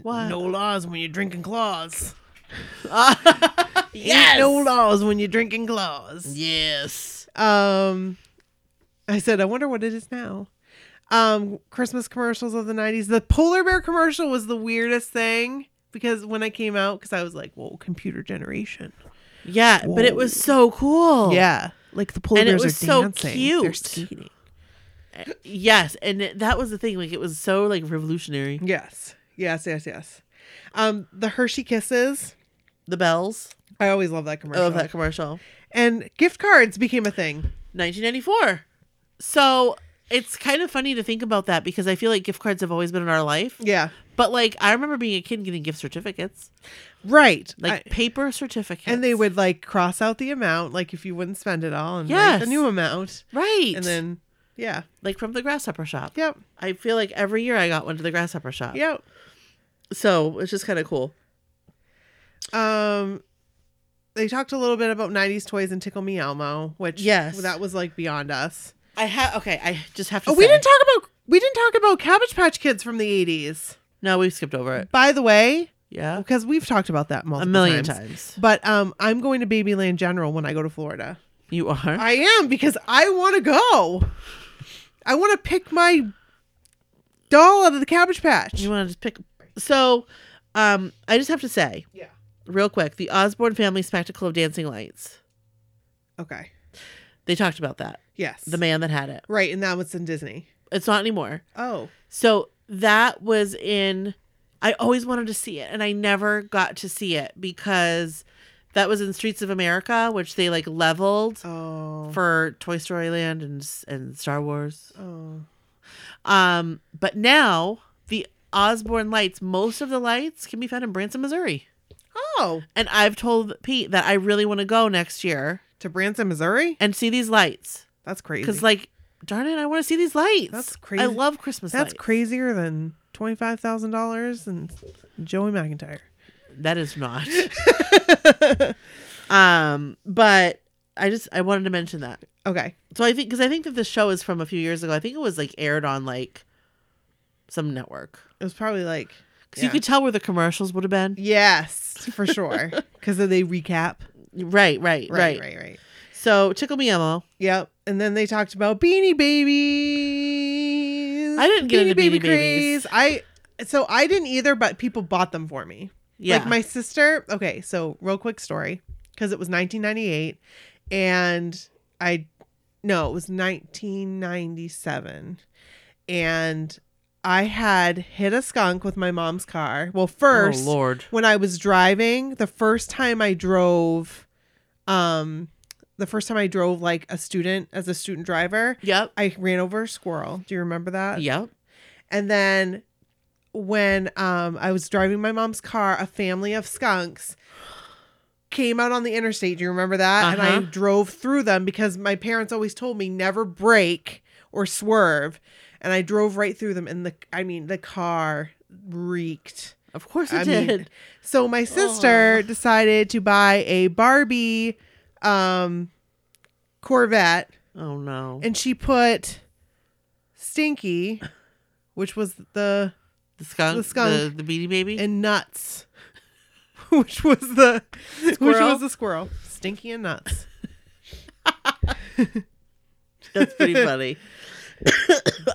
what?
laws when you're drinking [laughs] claws.
yes.
no laws when you're drinking claws.
yes.
Um, I said, I wonder what it is now. Um, Christmas commercials of the 90s. The polar bear commercial was the weirdest thing because when I came out, because I was like, whoa, computer generation.
Yeah, but it was so cool.
Yeah. Like the polar
And it
bears
was
are
so
dancing. They're
cute.
skating.
Yes, and it- that was the thing. Like it was so like revolutionary.
Yes. Yes, yes, yes. Um, the Hershey Kisses.
The bells
I always love Oh, that commercial.
of that commercial.
and gift cards became a thing.
1994. So it's kind of funny to think about that because I feel like gift cards have always been in our life.
Yeah.
But like I remember being a kid getting gift certificates,
Right.
like
I-
paper certificates,
and they would like cross out the amount, like if you wouldn't spend it all, and write a
Yes.
new amount.
right,
And then, yeah.
like from the grasshopper shop.
Yep.
I feel like every year I got one to the grasshopper shop.
Yep.
So it's just kind of cool.
Um, they talked a little bit about '90s toys and Tickle Me Elmo, which
Yes.
that was like beyond us.
I have okay. I just have to.
Oh, we
say-
didn't talk about we didn't talk about Cabbage Patch Kids from the '80s.
No, we skipped over it.
By the way,
Yeah,
because we've talked about that
a
multiple
million
times.
times.
But um, I'm going to Babyland General when I go to Florida.
You are.
I am because I want to go. I want to pick my doll out of the Cabbage Patch.
you want to just pick. So, um, I just have to say,
Yeah.
real quick, the Osborne family spectacle of dancing lights.
Okay.
They talked about that.
Yes.
The man that had it.
right, and that was in Disney.
It's not anymore.
Oh.
So that was in. I always wanted to see it, and I never got to see it because that was in Streets of America, which they like leveled
Oh.
for Toy Story Land and and Star Wars.
oh.
Um, but now the Osborne lights, most of the lights can be found in Branson, Missouri.
Oh,
And I've told Pete that I really want to go next year
to Branson, Missouri.
and see these lights.
That's crazy.
Because, like, darn it, I want to see these lights.
That's crazy.
I love Christmas
That's
lights.
crazier than twenty five thousand dollars and Joey
[laughs]
McIntyre.
That is not. [laughs] um, but I just I wanted to mention that.
Okay.
So I think because I think that this show is from a few years ago. I think it was like aired on like some network
It was probably like
because you
Yeah.
could tell where the commercials would have been.
[laughs] Yes, for
[laughs]
sure. Because they recap.
Right, right,
Right,
right,
right, right.
So tickle me Elmo.
Yep. And then they talked about Beanie Babies.
I didn't get into Beanie Babies.
craze. I so I didn't either, but people bought them for me.
Yeah,
Like my sister. Okay, so real quick story because it was 1998, and I no, it was 1997, and I had hit a skunk with my mom's car. Well, first
oh Lord,
when I was driving, the first time I drove, um, the first time I drove like a student as a student driver,
yep,
I ran over a squirrel. Do you remember that?
yep.
And then when um I was driving my mom's car, a family of skunks came out on the interstate. Do you remember that?
Uh-huh.
And I drove through them because my parents always told me never brake or swerve. And I drove right through them and the I mean the car reeked.
Of course it
I mean,
did.
So my sister decided to buy a Barbie um Corvette
oh no,
and she put Stinky, which was the
the skunk,
the
the
skunk.
the, Beanie Baby.
and Nuts, [laughs] which was the which
Squirrel?
was the squirrel. Stinky and Nuts.
That's pretty funny.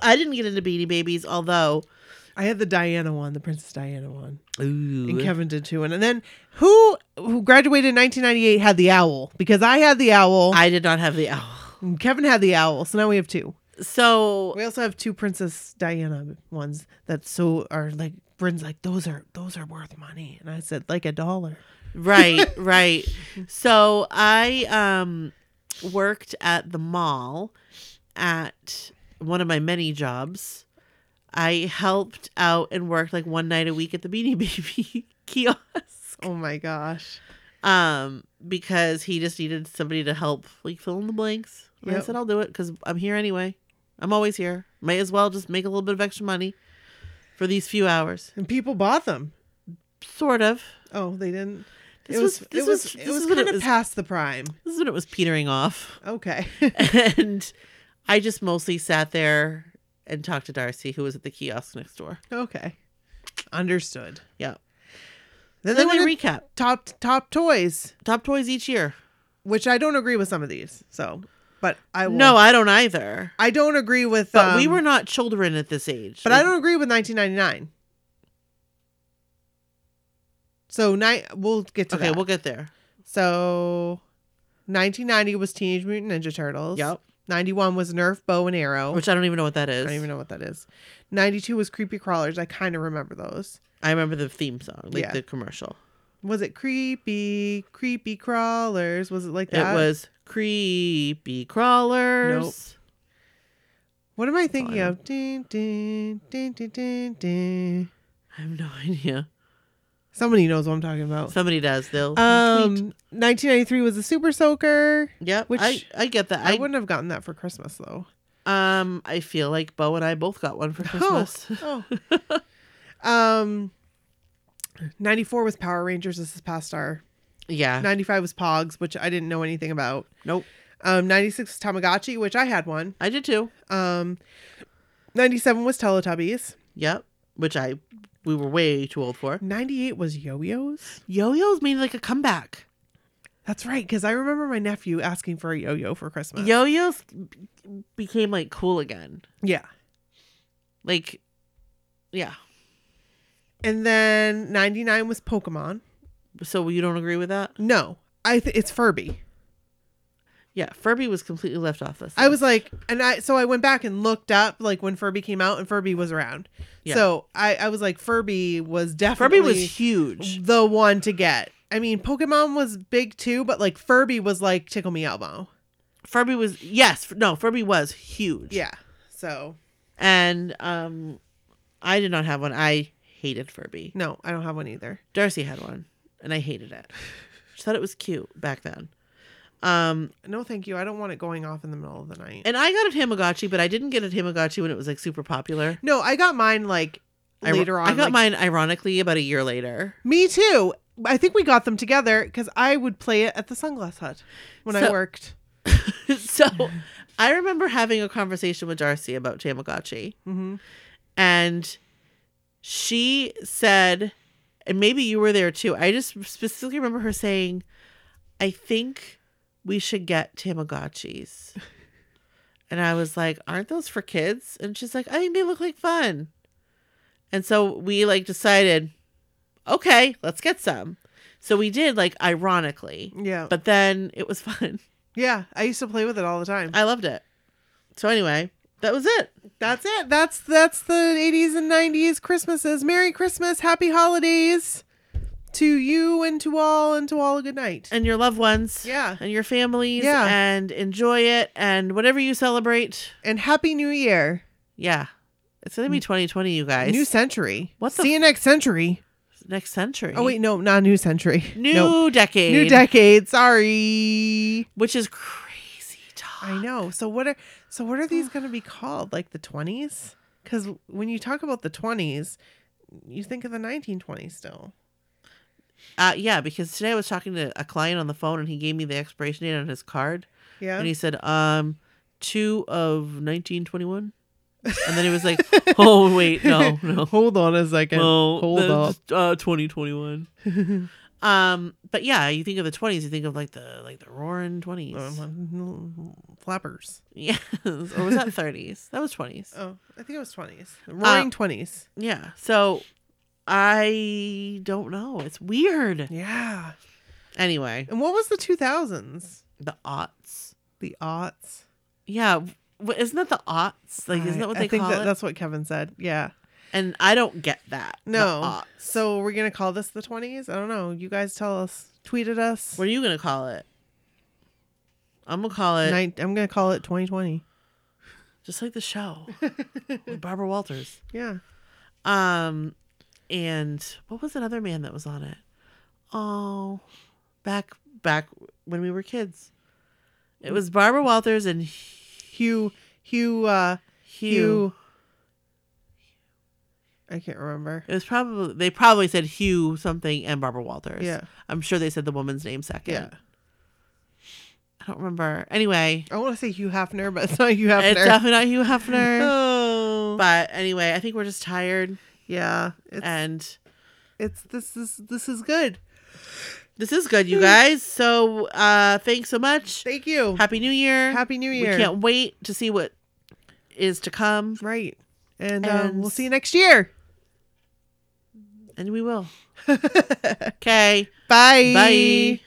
I didn't get into Beanie Babies, although
I had the Diana one, the Princess Diana one,
ooh,
and Kevin did too. And, and then who who graduated in 1998 had the owl because I had the owl
I did not have the owl.
and Kevin had the owl. So now we have two.
So
We also have two Princess Diana ones that so are like Bryn's like those are those are worth money, and I said like a dollar.
right right so i um worked at the mall at one of my many jobs i helped out and worked like one night a week at the beanie baby [laughs] kiosk
Oh my gosh!
um because he just needed somebody to help like fill in the blanks and i
Yep.
said i'll do it because i'm here anyway i'm always here might as well just make a little bit of extra money for these few hours
And people bought them.
sort of
Oh, they didn't.
This
it was,
was- this
it was,
was-
it
this
was
is what
kind
it
of
was-
past the prime.
this is when it was petering off [laughs]
Okay. [laughs]
and I just mostly sat there and talked to Darcy, who was at the kiosk next door.
okay. Understood.
Yeah.
Then
And
they
then,
went to
we recap
top top toys,
top toys each year.
which I don't agree with some of these. So, but I will.
No, I don't either.
I don't agree with.
But
um,
we were not children at this age.
But I don't agree with 1999. So ni- we'll get to
Okay,
that.
we'll get there.
so 1990 was Teenage Mutant Ninja Turtles.
Yep.
91 was Nerf bow and arrow.
Which I don't even know what that
I
is. I,
don't even know what that is. 92 was creepy crawlers. I kind of remember those.
remember the theme song, like
Yeah.
the commercial.
Was it creepy creepy crawlers? Was it like that?
It was creepy crawlers.
What am I thinking
Fine.
of? Dun, dun, dun, dun, dun, dun.
I have no [laughs] idea.
Somebody knows what I'm talking about.
Somebody does. They'll
Um,
tweet.
1993 was the Super Soaker.
Yep.
which-
I, I get that.
I,
I,
wouldn't have gotten that for Christmas though.
um I feel like Bo and I both got one for Christmas. [laughs]
Oh. [laughs] um 94 was Power Rangers. This is past our.
yeah.
95 was Pogs, which I didn't know anything about.
nope.
Um 96 was Tamagotchi, which I had one.
I did too.
Um 97 was Teletubbies.
Yep. Which I we were way too old for.
98 was yo-yos.
Yo-yos made like a comeback.
That's right cuz I remember my nephew asking for a yo-yo for Christmas.
Yo-yos b- became like cool again.
yeah.
Like yeah.
And then 99 was Pokemon.
So you don't agree with that?
No. I th- it's Furby.
Yeah, Furby was completely left off this.
I was like, and I so I went back and looked up like when Furby came out and Furby was around.
Yeah.
So I I was like, Furby was definitely
Furby was huge.
the one to get. I mean, Pokemon was big too, but like Furby was like tickle me elbow.
Furby was yes, no, Furby was huge.
Yeah. So
And um, I did not have one. I hated Furby.
No, I don't have one either.
Darcy had one, and I hated it. She thought it was cute back then. Um,
No, thank you. I don't want it going off in the middle of the night.
and I got a Tamagotchi, but I didn't get a Tamagotchi when it was like super popular.
no, I got mine like
I-
later on.
I got
like-
mine ironically about a year later. [laughs]
Me too. I think we got them together because I would play it at the Sunglass Hut when I
So-
worked. [laughs]
so I remember having a conversation with Darcy about Tamagotchi,
Mm-hmm.
and she said, and maybe you were there too. I just specifically remember her saying, I think we should get Tamagotchis. [laughs] And I was like, aren't those for kids? And she's like, I think they look like fun. And so we like decided, okay, let's get some. So we did, like, ironically.
Yeah.
But then it was [laughs] fun.
yeah. I used to play with it all the time.
I loved it. So anyway, that was it.
That's it. That's that's the 80s and 90s Christmases. Merry Christmas, happy holidays to you and to all and to all a good night.
And your loved ones.
Yeah.
And your families.
Yeah.
And enjoy it. And whatever you celebrate.
And happy new year.
Yeah. It's gonna be twenty twenty, you guys.
Mm. New century.
What the
See you next century.
next century.
Oh wait, no, not new century.
New
Nope.
decade.
new decade. Sorry.
Which is crazy talk.
I know. So what are so what are these going to be called? Like the 20s? Cuz when you talk about the 20s, you think of the 1920s still.
Uh, yeah, because today I was talking to a client on the phone and he gave me the expiration date on his card.
Yeah.
And he said, um, two of nineteen twenty one. And then he
[laughs]
was like, Oh wait, no, no.
Hold on a second.
No,
Hold up.
that's, Uh, 2021.
[laughs]
um, but yeah, you think of the 20s, you think of like the like the roaring 20s.
Um, Flappers.
[laughs] yes, or was that 30s? That was 20s.
Oh, I think it was 20s.
Uh,
Roaring 20s.
Yeah. So I don't know. It's weird.
Yeah.
Anyway,
And what was the 2000s?
the aughts.
The aughts.
Yeah. w- Isn't that the aughts? Like, isn't that what
I
they
think
call
that,
it?
That's what Kevin said. Yeah.
And I don't get that. the
No.
aughts.
So we're going to call this the 20s? I don't know. You guys tell us. Tweet at us.
what are you gonna call it? I'm gonna call it
Nin- I'm going to call it 2020.
just like
[laughs]
the show with Barbara Walters.
Yeah.
Um, and what was another man that was on it? Oh, back back when we were kids, it was Barbara Walters and
Hugh. Hugh. Uh,
Hugh.
Hugh. I can't remember.
It was probably they probably said Hugh something and Barbara Walters.
Yeah.
I'm sure they said the woman's name second.
Yeah.
I don't remember. Anyway,
I want to say Hugh Hefner, but it's not Hugh Hefner.
it's definitely not Hugh Hefner.
[laughs] oh.
but anyway, I think we're just tired,
yeah. It's,
and
it's this is this is good.
this is
[laughs]
good, you guys. So, uh, thanks so much.
Thank you.
Happy New Year.
Happy New Year.
We can't wait to see what is to come,
Right. And, um,
And-
we'll see you next year. [laughs]
and we will. Okay.
Bye.
Bye.